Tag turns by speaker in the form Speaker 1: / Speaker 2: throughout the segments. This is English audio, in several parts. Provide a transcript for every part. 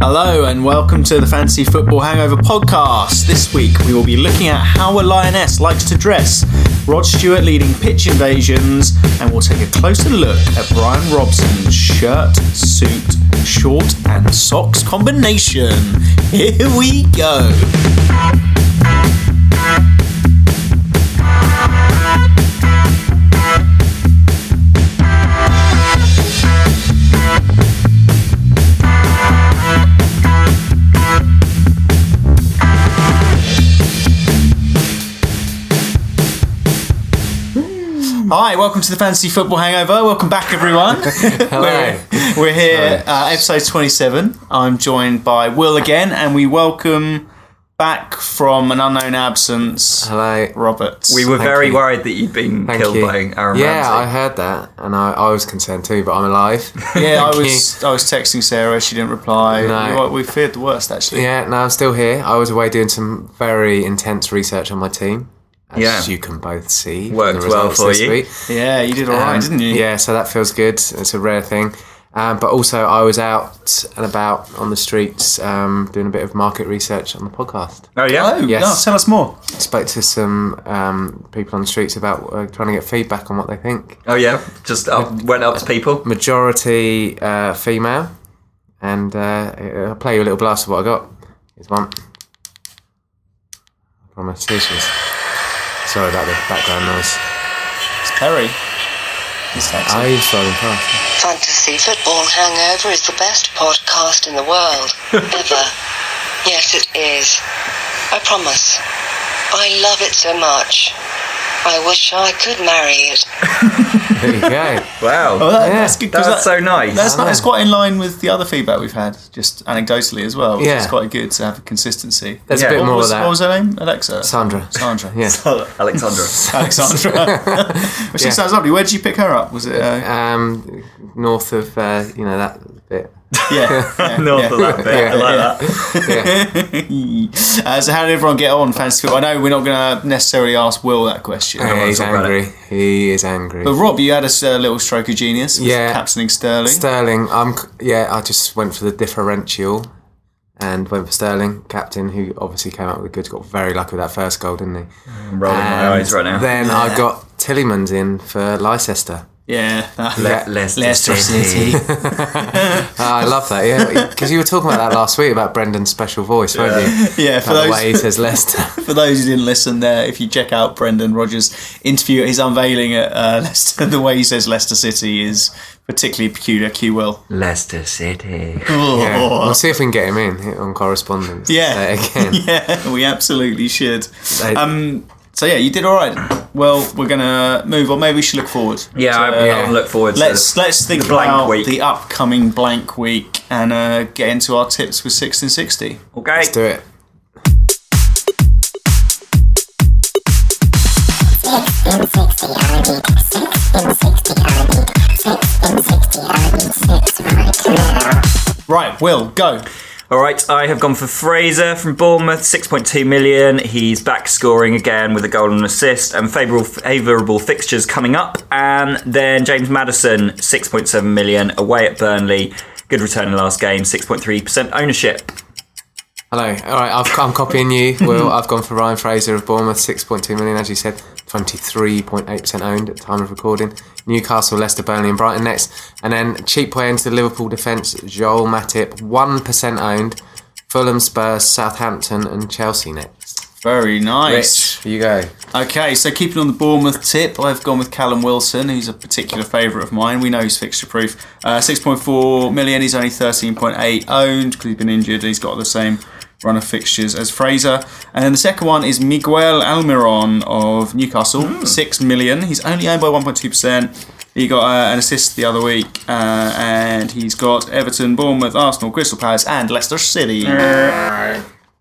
Speaker 1: Hello and welcome to the Fantasy Football Hangover podcast. This week we will be looking at how a lioness likes to dress, Rod Stewart leading pitch invasions, and we'll take a closer look at Brian Robson's shirt, suit, short, and socks combination. Here we go. Hi, welcome to the Fantasy Football Hangover. Welcome back, everyone.
Speaker 2: Hello.
Speaker 1: We're, we're here, uh, episode 27. I'm joined by Will again, and we welcome back from an unknown absence,
Speaker 2: Hello.
Speaker 1: Robert.
Speaker 3: We were
Speaker 2: Thank
Speaker 3: very
Speaker 2: you.
Speaker 3: worried that you'd been
Speaker 2: Thank
Speaker 3: killed
Speaker 2: you.
Speaker 3: by Aaron
Speaker 2: yeah, I
Speaker 3: Ramsey.
Speaker 2: heard that, and I, I was concerned too, but I'm alive.
Speaker 1: Yeah, I
Speaker 2: Thank
Speaker 1: was I was texting Sarah. She didn't reply.
Speaker 2: No.
Speaker 1: We, we feared the worst actually.
Speaker 2: yeah, no, I'm still here. I was away doing some very intense research on my team, as
Speaker 3: Yeah.
Speaker 2: you can both see. from
Speaker 3: Worked
Speaker 2: the
Speaker 3: well
Speaker 2: results
Speaker 3: for
Speaker 2: this
Speaker 3: you.
Speaker 2: Week.
Speaker 1: Yeah, you did all right,
Speaker 2: Um,
Speaker 1: didn't you?
Speaker 2: Yeah, so that feels good. It's a rare thing. Um, but also, I was out and about on the streets um, doing a bit of market research on the podcast.
Speaker 3: Oh yeah.
Speaker 1: Oh,
Speaker 2: Yes.
Speaker 1: no, tell us more.
Speaker 2: Spoke to some um, people on the streets about uh, trying to get feedback on what they think.
Speaker 3: Oh yeah. Just up, went up to people.
Speaker 2: majority uh, female, and uh, I'll play you a little blast of what I got. It's one. I promise. Here she is. Sorry about the background noise.
Speaker 1: It's Perry. He's texting.
Speaker 2: I was driving past.
Speaker 4: Fantasy Football Hangover is the best podcast in the world, ever. Yes, it is. I promise. I love it so much. I wish I could marry it.
Speaker 2: There you go.
Speaker 1: Oh,
Speaker 3: Wow.
Speaker 1: that,
Speaker 2: Yeah,
Speaker 1: that's good. 'cause
Speaker 3: That's
Speaker 1: that-
Speaker 3: so nice.
Speaker 1: That's not. It's quite in line with the other feedback we've had, just anecdotally as well. Which
Speaker 2: Yeah.
Speaker 1: is quite good to have a consistency.
Speaker 2: There's
Speaker 3: Yeah.
Speaker 2: a bit
Speaker 3: What
Speaker 2: more
Speaker 1: what, was,
Speaker 2: of that.
Speaker 1: what was her name? Alexa.
Speaker 2: Sandra.
Speaker 1: Sandra.
Speaker 2: Yeah.
Speaker 3: Alexandra.
Speaker 1: Alexandra. Well, she
Speaker 2: Yeah.
Speaker 1: sounds lovely. Where did you pick her up? Was it? Uh,
Speaker 2: Um, north of uh, you know that bit.
Speaker 1: yeah. yeah,
Speaker 3: North
Speaker 1: yeah.
Speaker 3: of that bit. I like that.
Speaker 1: Uh, so how did everyone get on fantasy football? I know we're not going to necessarily ask Will that question.
Speaker 2: Yeah, he's
Speaker 3: talk about
Speaker 2: angry. He is angry.
Speaker 1: But Rob, you had a s- uh, little stroke of genius. with
Speaker 2: Yeah.
Speaker 1: Captaining Sterling.
Speaker 2: Sterling. I'm. c- Yeah, I just went for the differential, and went for Sterling, captain, who obviously came up with good. Got very lucky with that first goal, didn't he?
Speaker 3: I'm rolling
Speaker 2: And
Speaker 1: Um,
Speaker 3: my eyes right now.
Speaker 2: Then I got Tillyman's in for Leicester.
Speaker 1: yeah. that-
Speaker 2: Le-
Speaker 3: Leicester
Speaker 1: Leicester
Speaker 3: City.
Speaker 1: City.
Speaker 2: Ah, I love that, yeah. Because you were talking about that last week about Brendan's special voice, weren't you?
Speaker 1: yeah. For
Speaker 2: About the way he
Speaker 1: those
Speaker 2: says Leicester.
Speaker 1: for those who didn't listen, there, if you check out Brendan Rogers' interview, his unveiling at uh, Leicester, the way he says Leicester City is particularly peculiar. Q will.
Speaker 3: Leicester City.
Speaker 2: Yeah.
Speaker 1: Oh.
Speaker 2: We'll see if we can get him in on correspondence.
Speaker 1: Yeah.
Speaker 2: Uh, again.
Speaker 1: yeah. We absolutely should.
Speaker 2: They-
Speaker 1: Um. So yeah, you did all right. Well, we're gonna move on. Maybe we should look forward.
Speaker 3: Yeah,
Speaker 1: to,
Speaker 3: I,
Speaker 2: Yeah.
Speaker 3: I look forward to
Speaker 1: Let's let's think
Speaker 3: the blank
Speaker 1: about
Speaker 3: week.
Speaker 1: the upcoming blank week and uh, get into our tips with six and sixty.
Speaker 3: Okay.
Speaker 2: Let's do it.
Speaker 1: Right, Will, go.
Speaker 3: All right, I have gone for Fraser from Bournemouth, 6.2 million. He's back scoring again with a goal and an assist, and favourable favourable fixtures coming up. And then James Madison, 6.7 million, away at Burnley. Good return in last game, 6.3% ownership.
Speaker 2: Hello. All right, I've, I'm copying you, Will. I've gone for Ryan Fraser of Bournemouth, 6.2 million, as you said, 23.8% owned at the time of recording. Newcastle, Leicester, Burnley, and Brighton next. And then cheap way into the Liverpool defence, Joel Matip, 1% owned. Fulham, Spurs, Southampton, and Chelsea next.
Speaker 1: Very
Speaker 2: Rich,
Speaker 1: nice.
Speaker 2: here you go.
Speaker 1: Okay, so keeping on the Bournemouth tip, I've gone with Callum Wilson, who's a particular favourite of mine. We know he's fixture proof. Uh, 6.4 million, he's only 13.8 owned because he's been injured and he's got the same run of fixtures as Fraser. And then the second one is Miguel Almiron of Newcastle, 6 million. He's only owned by 1.2%. He got uh, an assist the other week, uh, and he's got Everton, Bournemouth, Arsenal, Crystal Palace, and Leicester City.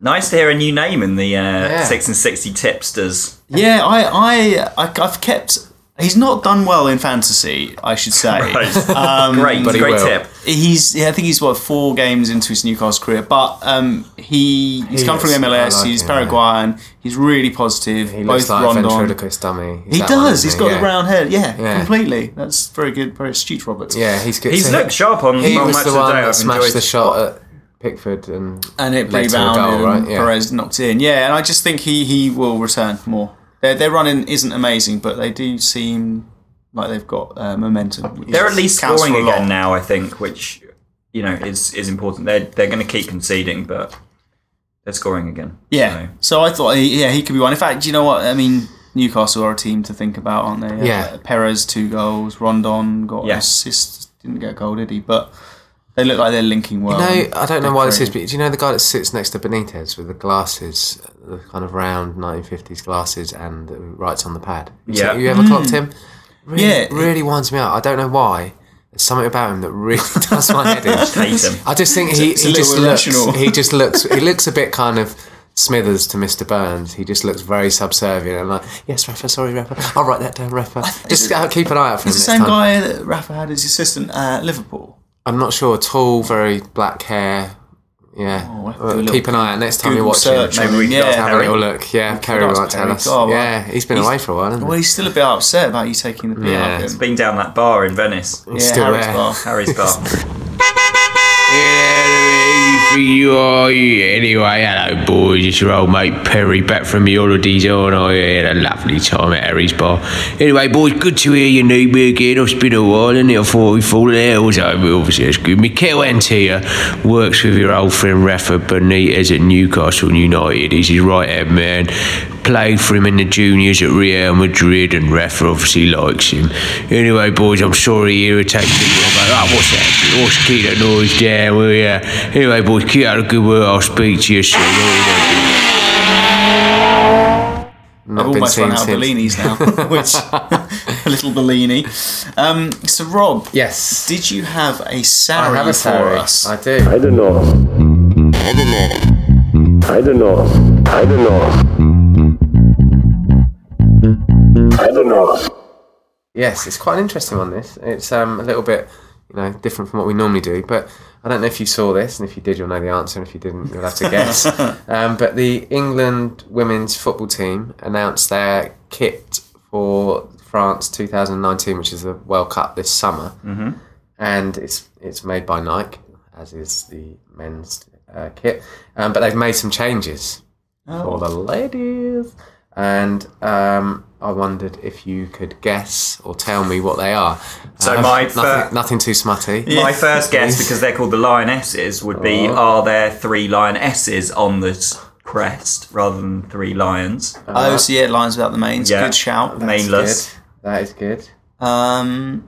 Speaker 3: Nice to hear a new name in the uh,
Speaker 2: Yeah.
Speaker 3: 6 and 60 tipsters.
Speaker 1: Yeah, I, I, I, I've kept. He's not done well in fantasy, I should say.
Speaker 3: great,
Speaker 2: he
Speaker 3: great
Speaker 2: will.
Speaker 3: tip.
Speaker 1: He's, yeah, I think he's what four games into his Newcastle career, but um, he he's
Speaker 2: He
Speaker 1: come from
Speaker 2: is-
Speaker 1: MLS.
Speaker 2: I like
Speaker 1: he's
Speaker 2: him,
Speaker 1: Paraguayan. He's really positive.
Speaker 2: He
Speaker 1: both
Speaker 2: looks like a
Speaker 1: Rondon.
Speaker 2: ventriloquist dummy. He's
Speaker 1: He
Speaker 2: that one,
Speaker 1: does.
Speaker 2: isn't
Speaker 1: He's got
Speaker 2: yeah.
Speaker 1: the round head. Yeah,
Speaker 2: Yeah.
Speaker 1: completely. That's very good, very astute, Robert.
Speaker 2: Yeah, he's good.
Speaker 3: He's
Speaker 2: So
Speaker 3: looked sharp on
Speaker 2: He
Speaker 3: on
Speaker 2: was
Speaker 3: match
Speaker 2: the
Speaker 3: of the
Speaker 2: one
Speaker 3: day.
Speaker 2: that
Speaker 3: I've
Speaker 2: smashed
Speaker 3: enjoyed
Speaker 2: the shot at Pickford and
Speaker 1: and it
Speaker 2: led to the
Speaker 1: rebounded
Speaker 2: goal,
Speaker 1: and
Speaker 2: right? Yeah.
Speaker 1: Perez knocked it in. Yeah, and I just think he he will return more. Their their running isn't amazing, but they do seem like they've got uh, momentum. which
Speaker 3: They're at least
Speaker 1: counts
Speaker 3: scoring
Speaker 1: for a lot.
Speaker 3: again now, I think, which you know is is important. They're they're going to keep conceding, but they're scoring again.
Speaker 1: Yeah.
Speaker 3: So-
Speaker 1: So I thought, yeah, he could be one. In fact, you know what? I mean, Newcastle are a team to think about, aren't they?
Speaker 2: Yeah.
Speaker 1: Uh, Perez two goals. Rondon got
Speaker 3: Yeah.
Speaker 1: an assist. Didn't get a goal, did he? But they look like they're linking well.
Speaker 2: No,
Speaker 1: And
Speaker 2: I don't
Speaker 1: they're
Speaker 2: know why this is,
Speaker 1: creative.
Speaker 2: but do you know the guy that sits next to Benitez with the glasses, the kind of round 1950s glasses, and who writes on the pad? You
Speaker 3: Yeah.
Speaker 2: see- You ever clocked him? Really,
Speaker 1: Hmm. Yeah.
Speaker 2: Really winds me out. I don't know why. There's something about him that really does my head in.
Speaker 3: Hate him.
Speaker 2: I just think he,
Speaker 1: it's a
Speaker 2: he
Speaker 1: little
Speaker 2: just looks
Speaker 1: irrational.
Speaker 2: he just looks he looks a bit kind of Smithers to Mr. Burns. He just looks very subservient and like, yes, Rafa, sorry, Rafa. I'll write that down, Rafa. Just uh, keep an eye out for him.
Speaker 1: It's the
Speaker 2: next
Speaker 1: same
Speaker 2: time.
Speaker 1: guy that Rafa had as assistant at Liverpool.
Speaker 2: I'm not sure. Tall, very black hair. Yeah.
Speaker 1: Oh, we'll have to
Speaker 2: Well,
Speaker 1: do a little
Speaker 2: keep an eye out next time you
Speaker 1: Google
Speaker 2: watch him.
Speaker 1: search on
Speaker 3: Maybe we
Speaker 1: him,
Speaker 3: can
Speaker 2: Have
Speaker 3: ask
Speaker 1: yeah.
Speaker 2: a
Speaker 3: Harry.
Speaker 2: little look. Yeah, Kerry
Speaker 1: forgot
Speaker 2: will
Speaker 1: it's
Speaker 2: tell
Speaker 1: Kerry.
Speaker 2: us.
Speaker 1: God, well,
Speaker 2: yeah, he's been
Speaker 1: he's-
Speaker 2: away for a while, hasn't
Speaker 1: Well,
Speaker 2: he?
Speaker 1: he's still a bit upset about you taking the beer
Speaker 2: Yeah.
Speaker 1: out of
Speaker 2: It's
Speaker 1: him.
Speaker 3: Being down that bar in Venice,
Speaker 2: He's
Speaker 1: yeah,
Speaker 2: still
Speaker 1: Harry's
Speaker 2: there.
Speaker 1: bar.
Speaker 3: Harry's bar.
Speaker 5: Anyway, hello boys, it's your old mate Perry back from the holidays on. I had a lovely time at Harry's bar. Anyway, boys, good to hear you need me again. I've been a while and I thought we fall out over. Obviously, that's good. Mikel Antia works with your old friend Rafa Benitez at Newcastle United. He's his right hand man played for him in the juniors at Real Madrid, and Rafa obviously likes him. Anyway, boys, I'm sorry he irritates me. Oh, what's that? What's keep that noise down? Well, yeah. Anyway, boys, keep out a good work. I'll speak to you soon.
Speaker 1: I've
Speaker 2: Not been
Speaker 1: almost
Speaker 2: seen
Speaker 1: run out of
Speaker 2: since.
Speaker 1: Bellinis now, which a little Bellini. Um, so, Rob,
Speaker 2: Yes.
Speaker 1: did you have a
Speaker 2: I
Speaker 1: Sarri
Speaker 2: have a
Speaker 1: for
Speaker 2: Sarri.
Speaker 1: us?
Speaker 2: I do.
Speaker 6: I don't know. I don't know. I don't know. I don't know.
Speaker 2: Yes, it's quite an interesting one. This it's um, a little bit, you know, different from what we normally do. But I don't know if you saw this, and if you did, you'll know the answer, and if you didn't, you'll have to guess. um, but the England women's football team announced their kit for France 2019, which is the World Cup this summer, mm-hmm. and it's it's made by Nike, as is the men's uh, kit. Um, but they've made some changes for
Speaker 3: Oh.
Speaker 2: the ladies. And um, I wondered if you could guess or tell me what they are.
Speaker 3: So
Speaker 2: Uh,
Speaker 3: my
Speaker 2: nothing,
Speaker 3: fir-
Speaker 2: nothing too smutty.
Speaker 3: My first guess, because they're called the lionesses, would be:
Speaker 1: Oh.
Speaker 3: Are there three lionesses on this crest rather than three lions?
Speaker 1: Oh, so yeah, lines without the mains.
Speaker 3: Yeah.
Speaker 1: Good shout.
Speaker 2: Good.
Speaker 3: Mainless.
Speaker 2: That is good.
Speaker 1: Um,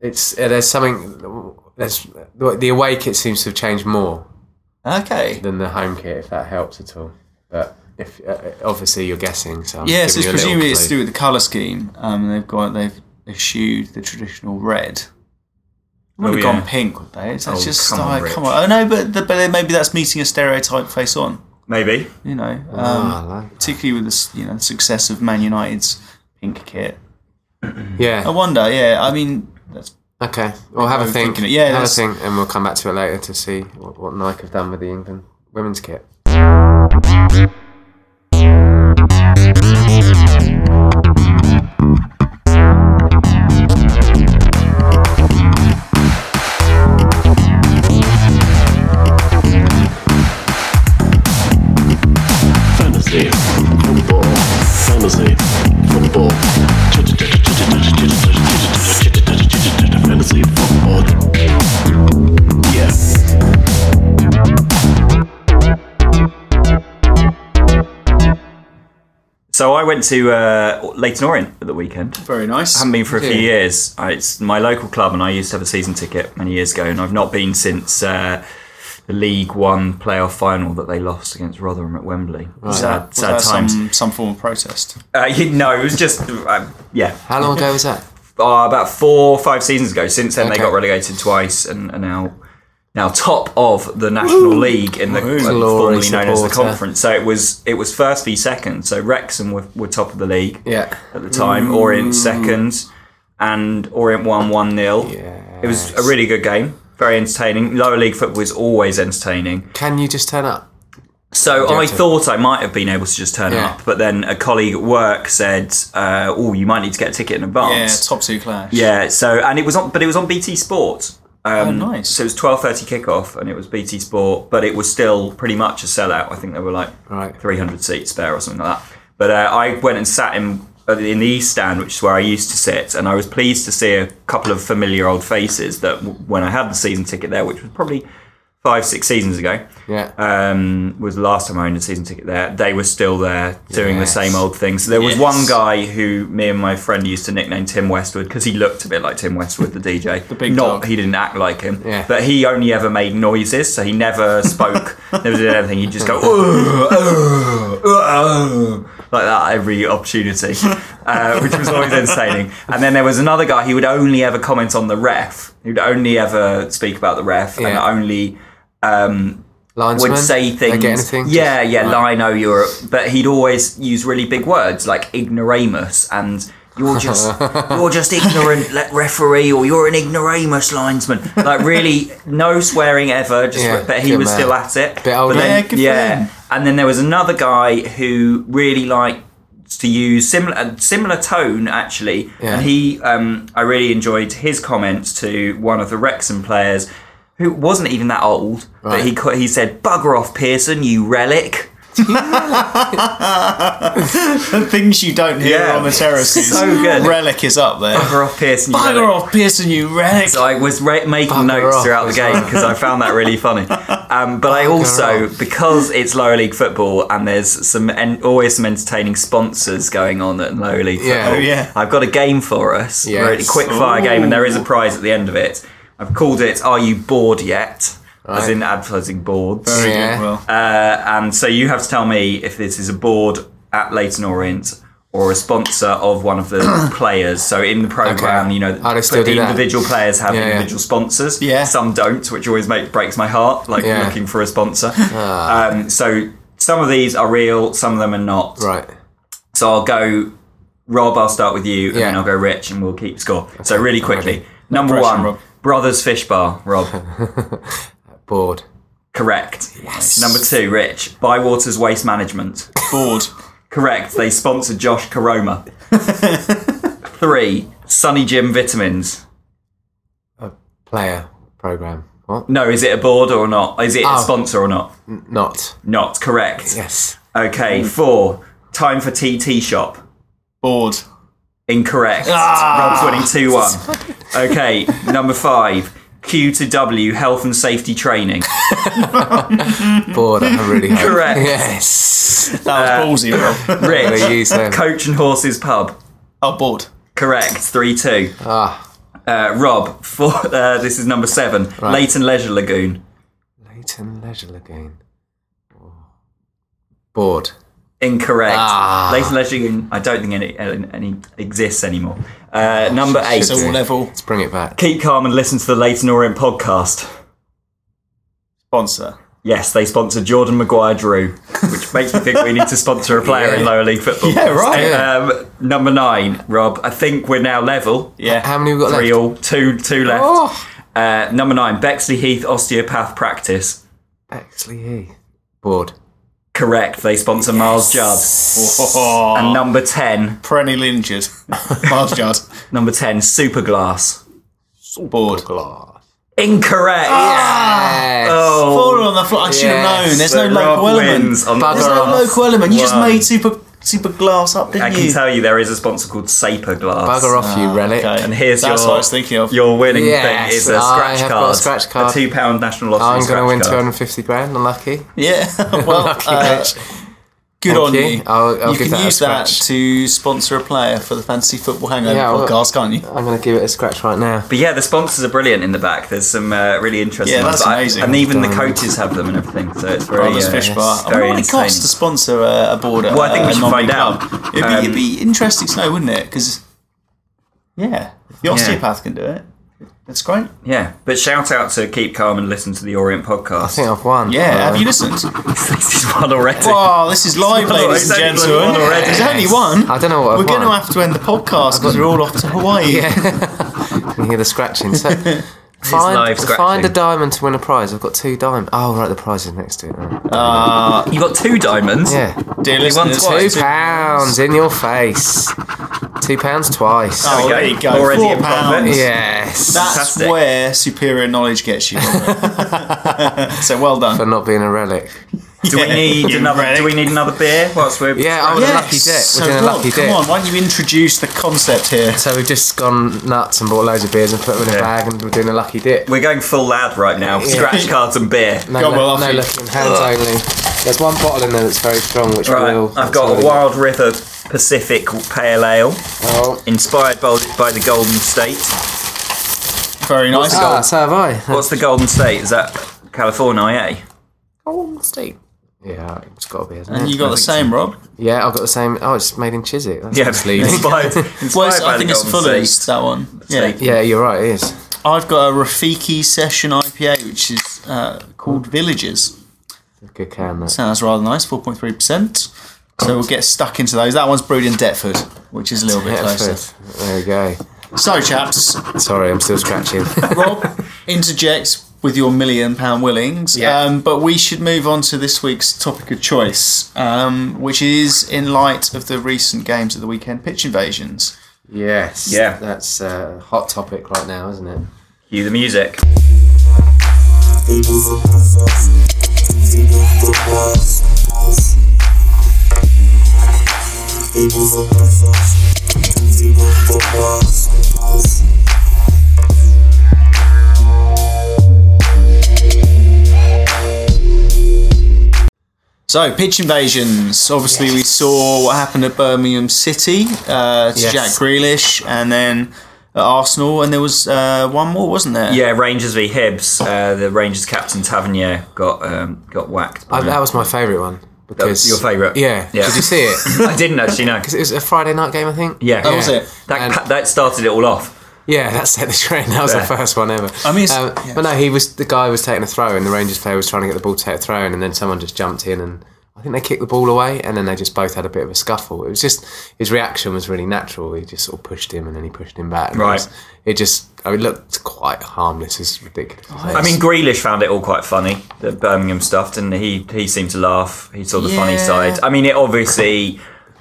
Speaker 2: It's uh, there's something. There's the the away kit seems to have changed more
Speaker 1: okay.
Speaker 2: than the home kit, if that helps at all. But if uh, obviously you're guessing, so I'm
Speaker 1: Yeah, so it's
Speaker 2: giving you a little
Speaker 1: presumably it's to
Speaker 2: clue.
Speaker 1: do with the colour scheme. Um, they've got they've eschewed the traditional red. They would
Speaker 3: Oh,
Speaker 1: have
Speaker 3: yeah.
Speaker 1: gone pink, would they? It's
Speaker 3: Oh,
Speaker 1: that's just
Speaker 3: come on,
Speaker 1: like, come
Speaker 3: Rich.
Speaker 1: on. Oh no, but the, but then maybe that's meeting a stereotype face on.
Speaker 3: Maybe.
Speaker 1: You know, um,
Speaker 2: Ah, I like-
Speaker 1: particularly with the s- you know success of Man United's pink kit.
Speaker 2: yeah.
Speaker 1: I wonder. Yeah, I mean, that's
Speaker 2: Okay, we'll have a
Speaker 1: Oh. I'm
Speaker 2: think.
Speaker 1: thinking it. Yeah,
Speaker 2: have a
Speaker 1: that's-
Speaker 2: think, and we'll come back to it later to see what, what Nike have done with the England women's kit.
Speaker 7: Fantasy football. Fantasy football. Fantasy football. Yeah.
Speaker 3: So I went to uh, Leighton Orient at the weekend.
Speaker 1: very nice.
Speaker 3: haven't been for a few
Speaker 2: Yeah.
Speaker 3: years. I, it's my local club, and I used to have a season ticket many years ago, and I've not been since uh, the League One playoff final that they lost against Rotherham at Wembley. Sad,
Speaker 1: Was
Speaker 3: sad
Speaker 1: that
Speaker 3: times.
Speaker 1: some some form of protest?
Speaker 3: Uh, you- no, it was just uh, yeah,
Speaker 2: How long ago was that?
Speaker 3: uh, about four, five seasons ago. Since then,
Speaker 2: Okay.
Speaker 3: they got relegated twice, and are now now top of the National League in the uh,
Speaker 2: Glory
Speaker 3: formerly known as the
Speaker 2: supporter.
Speaker 3: Conference. So it was it was first v second. So Wrexham were, were top of the league
Speaker 2: Yeah.
Speaker 3: at the time. Orient second, and Orient won one 0 It was a really good game, very entertaining. Lower league football is always entertaining.
Speaker 2: Can you just turn up?
Speaker 3: So I
Speaker 2: to-
Speaker 3: thought I might have been able to just turn
Speaker 2: Yeah.
Speaker 3: up, but then a colleague at work said, uh, "Oh, you might need to get a ticket in
Speaker 1: Yeah,
Speaker 3: advance."
Speaker 1: top two clash.
Speaker 3: Yeah, so and it was on, but it was on BT Sport. Um,
Speaker 1: Oh, nice.
Speaker 3: So it was twelve thirty kickoff, and it was BT Sport, but it was still pretty much a sellout. I think there were like
Speaker 2: Right.
Speaker 3: three hundred seats there or something like that. But uh, I went and sat in uh, in the east stand, which is where I used to sit, and I was pleased to see a couple of familiar old faces that w- when I had the season ticket there, which was probably five six seasons ago.
Speaker 2: Yeah.
Speaker 3: Um, was the last time I owned a season ticket there. They were still there doing
Speaker 2: Yes.
Speaker 3: the same old thing. So there was
Speaker 1: Yes.
Speaker 3: one guy who me and my friend used to nickname Tim Westwood because he looked a bit like Tim Westwood, the DJ. the
Speaker 1: big
Speaker 3: Not
Speaker 1: dog.
Speaker 3: he didn't act like him,
Speaker 2: Yeah.
Speaker 3: but he only ever made noises. So he never spoke, never did anything. He'd just go "Ugh, ugh, ugh," like that every opportunity, uh, which was always entertaining. And then there was another guy. He would only ever comment on the ref. He'd only ever speak about the ref and
Speaker 2: Yeah.
Speaker 3: only. Um,
Speaker 2: Linesman.
Speaker 3: would say
Speaker 2: They
Speaker 3: things.
Speaker 2: get anything?
Speaker 3: Yeah,
Speaker 2: Just-
Speaker 3: yeah,
Speaker 2: right.
Speaker 3: Lino Europe. But he'd always use really big words like ignoramus and you're just you're just ignorant le- referee or you're an ignoramus linesman. Like really no swearing ever, just
Speaker 2: Yeah,
Speaker 3: but he
Speaker 2: good
Speaker 3: was
Speaker 2: man.
Speaker 3: still at it.
Speaker 2: Bit older.
Speaker 3: But
Speaker 1: Yeah,
Speaker 3: then,
Speaker 1: good for him.
Speaker 3: And then there was another guy who really liked to use similar a similar tone actually.
Speaker 2: Yeah.
Speaker 3: And he um I really enjoyed his comments to one of the Wrexham players who wasn't even that old, but
Speaker 2: Right.
Speaker 3: he cu- he said, "Bugger off, Pearson, you relic."
Speaker 1: The things you don't hear
Speaker 3: Yeah.
Speaker 1: on the terraces.
Speaker 3: So good.
Speaker 1: Relic is up there.
Speaker 3: Bugger off, Pearson, you relic.
Speaker 1: Bugger off, Pearson, you relic.
Speaker 3: So I was re- making
Speaker 2: Bugger
Speaker 3: notes
Speaker 2: off
Speaker 3: throughout the
Speaker 2: as
Speaker 3: game
Speaker 2: well.
Speaker 3: because I found that really funny. Um, but I also, because it's lower league football and there's some en- always some entertaining sponsors going on at lower league
Speaker 2: Yeah.
Speaker 3: football,
Speaker 2: Oh,
Speaker 1: yeah.
Speaker 3: I've got a game for us, a
Speaker 2: Yes.
Speaker 3: really quick fire game, and there is a prize at the end of it. I've called it "Are you bored yet?" As
Speaker 2: Right.
Speaker 3: in advertising boards.
Speaker 1: Very
Speaker 2: Yeah.
Speaker 1: good, Will.
Speaker 3: Uh, and so you have to tell me if this is a board at Leighton Orient or a sponsor of one of the players. So in the program,
Speaker 2: Okay.
Speaker 3: you know,
Speaker 2: Oh, they still
Speaker 3: but the
Speaker 2: do that.
Speaker 3: individual players have
Speaker 2: Yeah, yeah.
Speaker 3: individual sponsors.
Speaker 1: Yeah.
Speaker 3: some don't, which always make, breaks my heart. Like
Speaker 2: Yeah. Ah.
Speaker 3: looking for a sponsor. Um, so some of these are real, some of them are not.
Speaker 2: Right.
Speaker 3: So I'll go, Rob. I'll start with you, and then
Speaker 2: Yeah.
Speaker 3: I'll go Rich, and we'll keep score. so really quickly, number
Speaker 1: pressure,
Speaker 3: one,
Speaker 1: Rob.
Speaker 3: Brothers Fish Bar, Rob.
Speaker 2: Bored.
Speaker 3: Correct. Yes. Number two, Rich. Bywaters Waste Management.
Speaker 1: Bored.
Speaker 3: Correct. They sponsor Josh Caroma. Three, Sunny Gym Vitamins.
Speaker 2: Player. Program. What?
Speaker 3: No, is it a board or not? Is it a
Speaker 2: Oh.
Speaker 3: sponsor or not?
Speaker 2: Not.
Speaker 3: Not correct.
Speaker 2: Yes. Hmm.
Speaker 3: Okay, four, Time for TT Shop.
Speaker 1: Bored.
Speaker 3: Incorrect.
Speaker 2: Ah.
Speaker 3: Rob's winning 2 1. Okay, number five, Q to W Health and Safety Training.
Speaker 2: Bored. I really hope.
Speaker 3: Correct.
Speaker 2: Yes.
Speaker 3: Uh,
Speaker 1: That was ballsy, Will.
Speaker 2: They
Speaker 3: Rich,
Speaker 2: use them.
Speaker 3: Coach and Horses Pub.
Speaker 1: Oh, bored.
Speaker 3: Correct. 3 2.
Speaker 2: Ah.
Speaker 3: Uh, Rob, for, uh, this is number seven. Leighton Leisure Lagoon.
Speaker 2: Leighton Leisure Lagoon. Bored.
Speaker 3: Incorrect.
Speaker 2: Ah.
Speaker 3: Leighton Leisure Lagoon, I don't think any, any exists anymore. Uh, number eight.
Speaker 1: It's all level.
Speaker 2: Let's bring it back.
Speaker 3: Keep calm and listen to the Leighton Orient podcast.
Speaker 1: Sponsor.
Speaker 3: Yes, they sponsor Jordan Maguire Drew, which makes me think we need to sponsor a player in
Speaker 2: Yeah.
Speaker 3: lower league football.
Speaker 1: Yeah, right.
Speaker 3: Um, number nine, Rob. I think we're now level.
Speaker 1: Yeah.
Speaker 2: How many have we got
Speaker 3: Three
Speaker 2: left?
Speaker 3: all, two two left.
Speaker 2: Oh.
Speaker 3: Uh, number nine, Bexley Heath Osteopath Practice.
Speaker 2: Bexley Heath. Bored.
Speaker 3: Correct. They sponsor Miles Judd.
Speaker 1: Oh,
Speaker 3: And number ten,
Speaker 1: perennially injured. Miles Judd.
Speaker 3: Number 10, Superglass.
Speaker 1: Bored.
Speaker 2: Glass.
Speaker 3: Incorrect.
Speaker 2: Ah, Yes.
Speaker 3: Oh.
Speaker 1: Fallen on the floor. I should have
Speaker 2: Yes.
Speaker 1: known. There's no
Speaker 3: Rob
Speaker 1: local
Speaker 3: wins
Speaker 1: element.
Speaker 3: on
Speaker 2: Bugger
Speaker 1: There's
Speaker 3: the
Speaker 1: no
Speaker 2: off.
Speaker 1: local element. You just
Speaker 3: One.
Speaker 1: made super super glass up, didn't
Speaker 3: I
Speaker 1: you?
Speaker 3: can tell you there is a sponsor called Saper Glass.
Speaker 2: Bugger off, you relic.
Speaker 1: Ah, Okay.
Speaker 3: And here's
Speaker 1: That's
Speaker 3: your,
Speaker 1: what I was thinking of.
Speaker 3: Your winning
Speaker 2: Yes,
Speaker 3: thing is a
Speaker 2: I
Speaker 3: scratch
Speaker 2: have
Speaker 3: card.
Speaker 2: got a scratch card.
Speaker 3: two pound national lottery
Speaker 2: I'm
Speaker 3: scratch
Speaker 2: going to win
Speaker 3: card.
Speaker 2: 250 grand. Unlucky.
Speaker 1: yeah. well, uh, good
Speaker 2: Thank
Speaker 1: on
Speaker 2: you.
Speaker 1: you.
Speaker 2: I'll- I'll
Speaker 1: you
Speaker 2: give
Speaker 1: can
Speaker 2: that a
Speaker 1: use that
Speaker 2: scratch.
Speaker 1: to sponsor a player for the Fantasy Football Hangover
Speaker 2: Yeah, I will.
Speaker 1: podcast, can't you?
Speaker 2: I'm going to give it a scratch right now.
Speaker 3: But yeah, the sponsors are brilliant in the back. There's some uh, really interesting
Speaker 1: Yeah,
Speaker 3: ones.
Speaker 1: that's
Speaker 3: I-
Speaker 1: amazing.
Speaker 3: and even the
Speaker 2: Diamond.
Speaker 3: coaches have them and everything. So it's very.
Speaker 1: Brothers
Speaker 3: uh,
Speaker 1: Fish Bar. I
Speaker 3: very
Speaker 1: wonder what it costs
Speaker 3: entertaining.
Speaker 1: to uh, sponsor a, a board at
Speaker 3: Well, I think
Speaker 1: a
Speaker 3: we should
Speaker 1: non-league
Speaker 3: find out.
Speaker 1: club. It'd, be,
Speaker 3: Um,
Speaker 1: it'd be interesting to know, wouldn't it? Because, yeah, the osteopath can do it. That's great.
Speaker 3: Um, Yeah, but shout out to Keep Calm and listen to the Orient podcast.
Speaker 2: I think I've won.
Speaker 1: Yeah,
Speaker 2: Uh,
Speaker 1: have you listened?
Speaker 3: this is one already.
Speaker 1: Wow, this is live,
Speaker 3: Well,
Speaker 1: ladies
Speaker 3: it's
Speaker 1: and
Speaker 3: only
Speaker 1: gentlemen.
Speaker 3: one already.
Speaker 1: There's only one.
Speaker 2: I don't know what I've
Speaker 1: We're going to
Speaker 2: won.
Speaker 1: have to end the podcast because we're all off to Hawaii.
Speaker 2: I can hear the scratching. So
Speaker 3: live
Speaker 2: find,
Speaker 3: scratching.
Speaker 2: find a diamond to win a prize. I've got two diamonds. Oh, right, the prize is next to it. Right.
Speaker 3: You got two diamonds.
Speaker 2: Yeah.
Speaker 1: Dear
Speaker 3: won
Speaker 1: listeners,
Speaker 3: twice.
Speaker 2: Two pounds in your face. Two Two pounds twice.
Speaker 1: Oh,
Speaker 3: we
Speaker 1: there
Speaker 3: go.
Speaker 1: you go.
Speaker 3: Already
Speaker 1: Four
Speaker 3: a profit.
Speaker 1: pounds.
Speaker 2: Yes.
Speaker 1: That's
Speaker 3: Fantastic.
Speaker 1: where superior knowledge gets you. so well done.
Speaker 2: for not being a relic.
Speaker 3: Do we
Speaker 1: Yeah.
Speaker 3: need
Speaker 1: You
Speaker 3: another?
Speaker 1: ready?
Speaker 3: Do we need another beer whilst we're?
Speaker 2: Yeah, I would a lucky dick.
Speaker 1: so
Speaker 2: We're doing a
Speaker 1: God,
Speaker 2: lucky
Speaker 1: come
Speaker 2: dick.
Speaker 1: on, why don't you introduce the concept here?
Speaker 2: So we've just gone nuts and bought loads of beers and put them in
Speaker 3: Yeah.
Speaker 2: a bag and we're doing a lucky dip.
Speaker 3: We're going full lad right now. Scratch cards and beer.
Speaker 2: No,
Speaker 1: Go on,
Speaker 2: no,
Speaker 1: well, off
Speaker 2: no
Speaker 1: you.
Speaker 2: looking, hands only. There's one bottle in there that's very strong, which
Speaker 3: Right,
Speaker 2: will.
Speaker 3: I've got a Wild River Pacific Pale Ale,
Speaker 2: Oh.
Speaker 3: inspired by, by the Golden State.
Speaker 1: Very nice.
Speaker 2: Ah, so have I.
Speaker 3: What's the Golden State? Is that California? Yeah.
Speaker 2: Yeah, it's got to be, hasn't
Speaker 1: and
Speaker 2: it?
Speaker 1: you got the same, Rob.
Speaker 2: Yeah, I've got the same. Oh, it's made in Chiswick. That's
Speaker 3: Yeah,
Speaker 2: misleading.
Speaker 3: inspired, inspired
Speaker 1: Well, it's,
Speaker 3: by
Speaker 1: I think
Speaker 3: the
Speaker 1: it's
Speaker 3: Golden
Speaker 1: Fuller's
Speaker 3: State.
Speaker 1: that one. Yeah,
Speaker 3: State.
Speaker 2: Yeah, you're right. It is.
Speaker 1: I've got a Rafiki Session IPA, which is uh, called Villages.
Speaker 2: Good can. That.
Speaker 1: Sounds rather nice, 4.3%. So we'll get stuck into those. That one's brewed in Deptford, which is a little bit closer.
Speaker 2: Hereford. There we go.
Speaker 1: So, chaps,
Speaker 2: Sorry, I'm still scratching.
Speaker 1: Rob interjects with your million pound willings.
Speaker 2: Yeah.
Speaker 1: Um, but we should move on to this week's topic of choice, um, which is in light of the recent games of the weekend pitch invasions.
Speaker 2: yes.
Speaker 3: Yeah.
Speaker 2: That's a hot topic right now, isn't it?
Speaker 3: Cue the music.
Speaker 1: So, pitch invasions. Obviously, we saw what happened at Birmingham City uh, to
Speaker 2: Yes.
Speaker 1: Jack Grealish, and then at Arsenal, and there was uh, one more, wasn't there?
Speaker 3: Yeah, Rangers v Hibs. Uh, the Rangers captain Tavernier got um, got whacked. by-
Speaker 2: I, that was my favourite one.
Speaker 3: that
Speaker 2: Because
Speaker 3: was your favourite.
Speaker 2: Yeah.
Speaker 3: yeah.
Speaker 2: Did you see it? 'Cause
Speaker 3: I didn't actually know.
Speaker 2: it was a Friday night game, I think.
Speaker 3: Yeah,
Speaker 1: That was it.
Speaker 3: That,
Speaker 2: And-
Speaker 3: pa- that started it all off.
Speaker 2: Yeah, that set the trend. That was
Speaker 3: Yeah.
Speaker 2: the first one ever.
Speaker 1: I mean, it's-
Speaker 2: um,
Speaker 1: yeah.
Speaker 2: but no, he was the guy was taking a throw, and the Rangers player was trying to get the ball to take a throw, in, and then someone just jumped in, and I think they kicked the ball away, and then they just both had a bit of a scuffle. It was just his reaction was really natural. He just sort of pushed him, and then he pushed him back. and it
Speaker 3: Right.
Speaker 2: was- It just, I mean, looked quite harmless. It's ridiculous.
Speaker 3: I mean, Grealish found it all quite funny, the Birmingham stuff, didn't he? He seemed to laugh. He saw the funny
Speaker 1: Yeah.
Speaker 3: side. I mean, it obviously,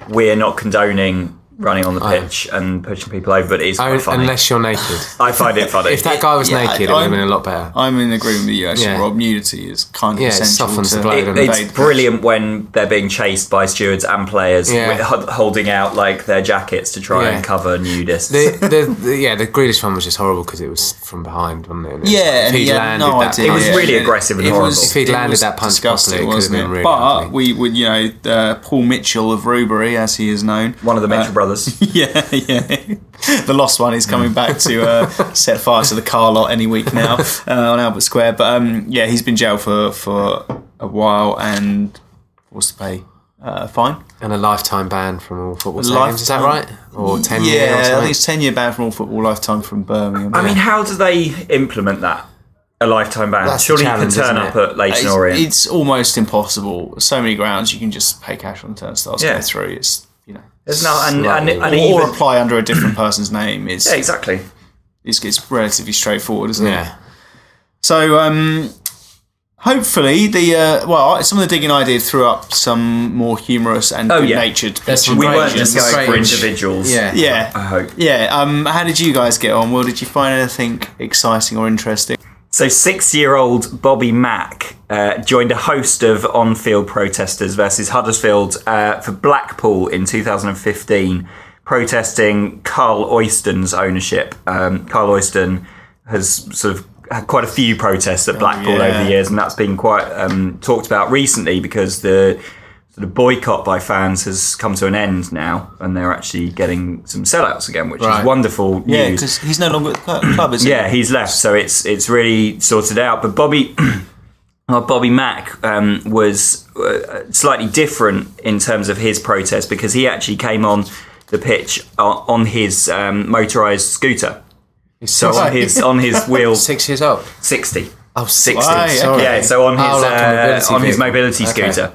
Speaker 3: we're not condoning running on the pitch and pushing people over, but it is
Speaker 2: I
Speaker 3: quite
Speaker 2: mean,
Speaker 3: funny.
Speaker 2: unless you're naked.
Speaker 3: I find it funny.
Speaker 2: If that guy was
Speaker 1: Yeah, I-
Speaker 2: naked, it would have
Speaker 1: I'm-
Speaker 2: been a lot better.
Speaker 1: I'm in agreement with you, actually,
Speaker 2: Yeah.
Speaker 1: Rob. Nudity is kind of
Speaker 2: Yeah, it
Speaker 1: essential
Speaker 2: softens
Speaker 1: to
Speaker 2: the blade
Speaker 1: It-
Speaker 2: and-
Speaker 1: invade
Speaker 3: it's brilliant when they're being chased by stewards and players
Speaker 2: Yeah.
Speaker 3: with, ho- holding out like their jackets to try
Speaker 2: Yeah.
Speaker 3: and cover nudists.
Speaker 2: the, the, the yeah, the Grealish one was just horrible because it was from behind, wasn't it? And it-
Speaker 1: Yeah,
Speaker 2: if
Speaker 1: and he
Speaker 2: he'd
Speaker 1: had no
Speaker 2: that
Speaker 1: idea.
Speaker 3: It was
Speaker 1: Yeah.
Speaker 3: really aggressive and
Speaker 1: It
Speaker 3: horrible.
Speaker 1: was-
Speaker 3: If
Speaker 2: he'd
Speaker 1: it
Speaker 2: landed
Speaker 1: was
Speaker 2: that punch
Speaker 1: disgusting,
Speaker 2: properly, it could
Speaker 1: wasn't
Speaker 2: have been
Speaker 1: it?
Speaker 2: really
Speaker 1: but
Speaker 2: ugly.
Speaker 1: we would, you know, uh, Paul Mitchell of Rubery, as he is known,
Speaker 3: One of the Metro
Speaker 1: uh,
Speaker 3: brothers.
Speaker 1: Yeah, yeah. The lost one is coming back to uh, set fire to the car lot any week now uh, on Albert Square. But um, yeah, he's been jailed for for a while and what's the pay? Uh, fine.
Speaker 2: and a lifetime ban from all football
Speaker 1: Lifetime-
Speaker 2: stadiums. Is that right? Or ten years?
Speaker 1: yeah,
Speaker 2: or
Speaker 1: I think
Speaker 2: something?
Speaker 1: it's ten year ban from all football, lifetime from Birmingham.
Speaker 3: I mean, how do they implement that? A lifetime ban.
Speaker 2: That's the
Speaker 3: Surely you can
Speaker 2: challenge,
Speaker 3: turn
Speaker 2: isn't
Speaker 3: up
Speaker 2: it?
Speaker 3: at Leighton
Speaker 1: it's,
Speaker 3: Orient.
Speaker 1: it's almost impossible. So many grounds you can just pay cash on the turnstiles
Speaker 3: Yeah.
Speaker 1: go through. It's you know,
Speaker 3: There's no, and, and, and,
Speaker 2: Slightly.
Speaker 1: or,
Speaker 3: even,
Speaker 1: apply under a different person's name is
Speaker 3: yeah, exactly.
Speaker 1: it's, it's relatively straightforward, isn't it?
Speaker 2: yeah.
Speaker 1: So um, hopefully the uh, well, some of the digging I did threw up some more humorous and
Speaker 3: Oh, yeah.
Speaker 1: good-natured.
Speaker 2: There's some
Speaker 1: pictures.
Speaker 3: We
Speaker 2: Right,
Speaker 3: weren't
Speaker 2: just
Speaker 3: just going for
Speaker 2: strange.
Speaker 3: individuals.
Speaker 2: Yeah.
Speaker 1: yeah.
Speaker 3: I hope.
Speaker 1: Yeah, um, how did you guys get on? Will, did you find anything exciting or interesting?
Speaker 3: So, six year old Bobby Mack uh, joined a host of on field protesters versus Huddersfield uh, for Blackpool in 2015, protesting Carl Oyston's ownership. Um, Carl Oyston has sort of had quite a few protests at Blackpool
Speaker 1: yeah.
Speaker 3: over the years, and that's been quite um, talked about recently because the sort of boycott by fans has come to an end now, and they're actually getting some sellouts again, which is
Speaker 2: Right.
Speaker 3: wonderful
Speaker 1: Yeah,
Speaker 3: news.
Speaker 1: because he's no longer at the cl- club, is he?
Speaker 3: Yeah, he's left, so it's it's really sorted out. But Bobby, well, Bobby Mack um, was uh, slightly different in terms of his protest because he actually came on the pitch uh, on his um, motorized scooter.
Speaker 2: He's
Speaker 3: So on his on his wheel
Speaker 2: six years old.
Speaker 3: sixty.
Speaker 2: Oh, 60.
Speaker 1: Why?
Speaker 2: Sorry.
Speaker 3: Yeah, so on his
Speaker 2: Oh, like a
Speaker 3: uh,
Speaker 2: mobility
Speaker 3: on his
Speaker 2: vehicle.
Speaker 3: mobility
Speaker 2: Okay.
Speaker 3: scooter,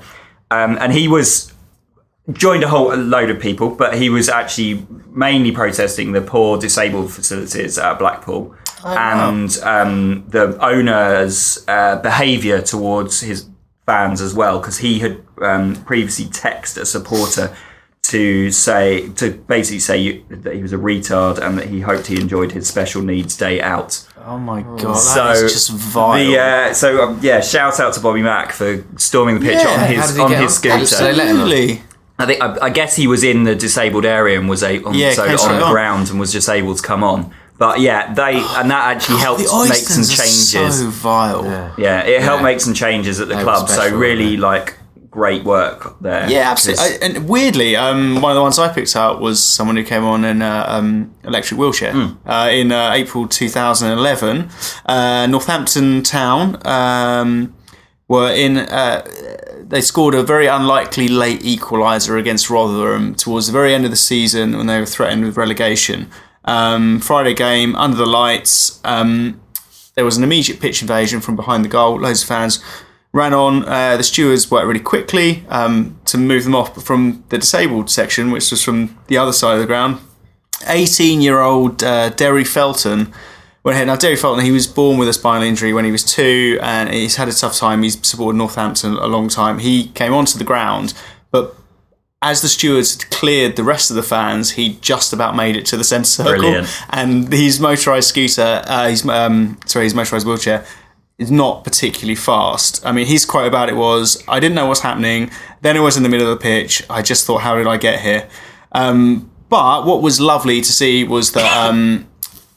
Speaker 3: um, and he was joined a whole load of people, but he was actually mainly protesting the poor disabled facilities at Blackpool
Speaker 2: Oh,
Speaker 3: and um, the owner's uh, behaviour towards his fans as well, because he had um, previously texted a supporter. to say to basically say you, that he was a retard and that he hoped he enjoyed his special needs day out.
Speaker 1: Oh my god,
Speaker 3: so
Speaker 1: that is just vile.
Speaker 3: The, uh, so um, yeah, shout out to Bobby Mack for storming the pitch
Speaker 1: Yeah,
Speaker 3: on
Speaker 2: how
Speaker 3: his
Speaker 2: did he
Speaker 3: on
Speaker 2: get
Speaker 3: his
Speaker 2: on? Just
Speaker 3: scooter.
Speaker 2: they let him on?
Speaker 1: Absolutely.
Speaker 3: I think I, I guess he was in the disabled area and was a, on,
Speaker 1: Yeah,
Speaker 3: so
Speaker 1: came
Speaker 3: on
Speaker 1: straight
Speaker 3: the
Speaker 1: on.
Speaker 3: ground and was just able to come on. But yeah, they and that actually helped
Speaker 1: Oh, The
Speaker 3: make some
Speaker 1: oysters are
Speaker 3: changes.
Speaker 1: so vile. Yeah,
Speaker 3: Yeah, it helped
Speaker 2: Yeah.
Speaker 3: make some changes at the
Speaker 2: They were
Speaker 3: club. so
Speaker 2: special,
Speaker 3: really,
Speaker 2: weren't
Speaker 3: like great work there.
Speaker 1: absolutely.
Speaker 3: Because-
Speaker 1: I, and weirdly, um, one of the ones I picked out was someone who came on in uh, um, electric wheelchair uh, in uh, April 2011. Uh, Northampton Town um, were in. Uh, they scored a very unlikely late equaliser against Rotherham towards the very end of the season when they were threatened with relegation. Um, Friday game under the lights. Um, there was an immediate pitch invasion from behind the goal. Loads of fans ran on. Uh, the stewards worked really quickly um, to move them off from the disabled section, which was from the other side of the ground. 18 year old uh, Derry Felton went ahead. Now, Derry Felton, he was born with a spinal injury when he was two, and he's had a tough time. He's supported Northampton a long time. He came onto the ground, but as the stewards had cleared the rest of the fans, he just about made it to the centre circle.
Speaker 3: Brilliant.
Speaker 1: And his motorised scooter, uh, his um, sorry, his motorised wheelchair is not particularly fast. I mean, his quote about it was, "I didn't know what's happening. Then it was in the middle of the pitch. I just thought, how did I get here?" Um, but what was lovely to see was that um,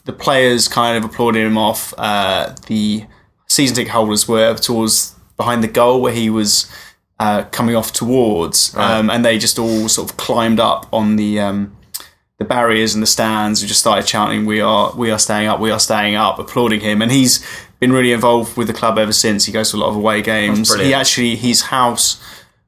Speaker 1: the players kind of applauded him off. Uh, the season ticket holders were towards behind the goal where he was uh, coming off towards, um, and they just all sort of climbed up on the um, the barriers and the stands. We just started chanting, "We are, we are staying up, we are staying up," applauding him, and he's been really involved with the club ever since. He goes to a lot of away games.
Speaker 3: brilliant.
Speaker 1: He actually his house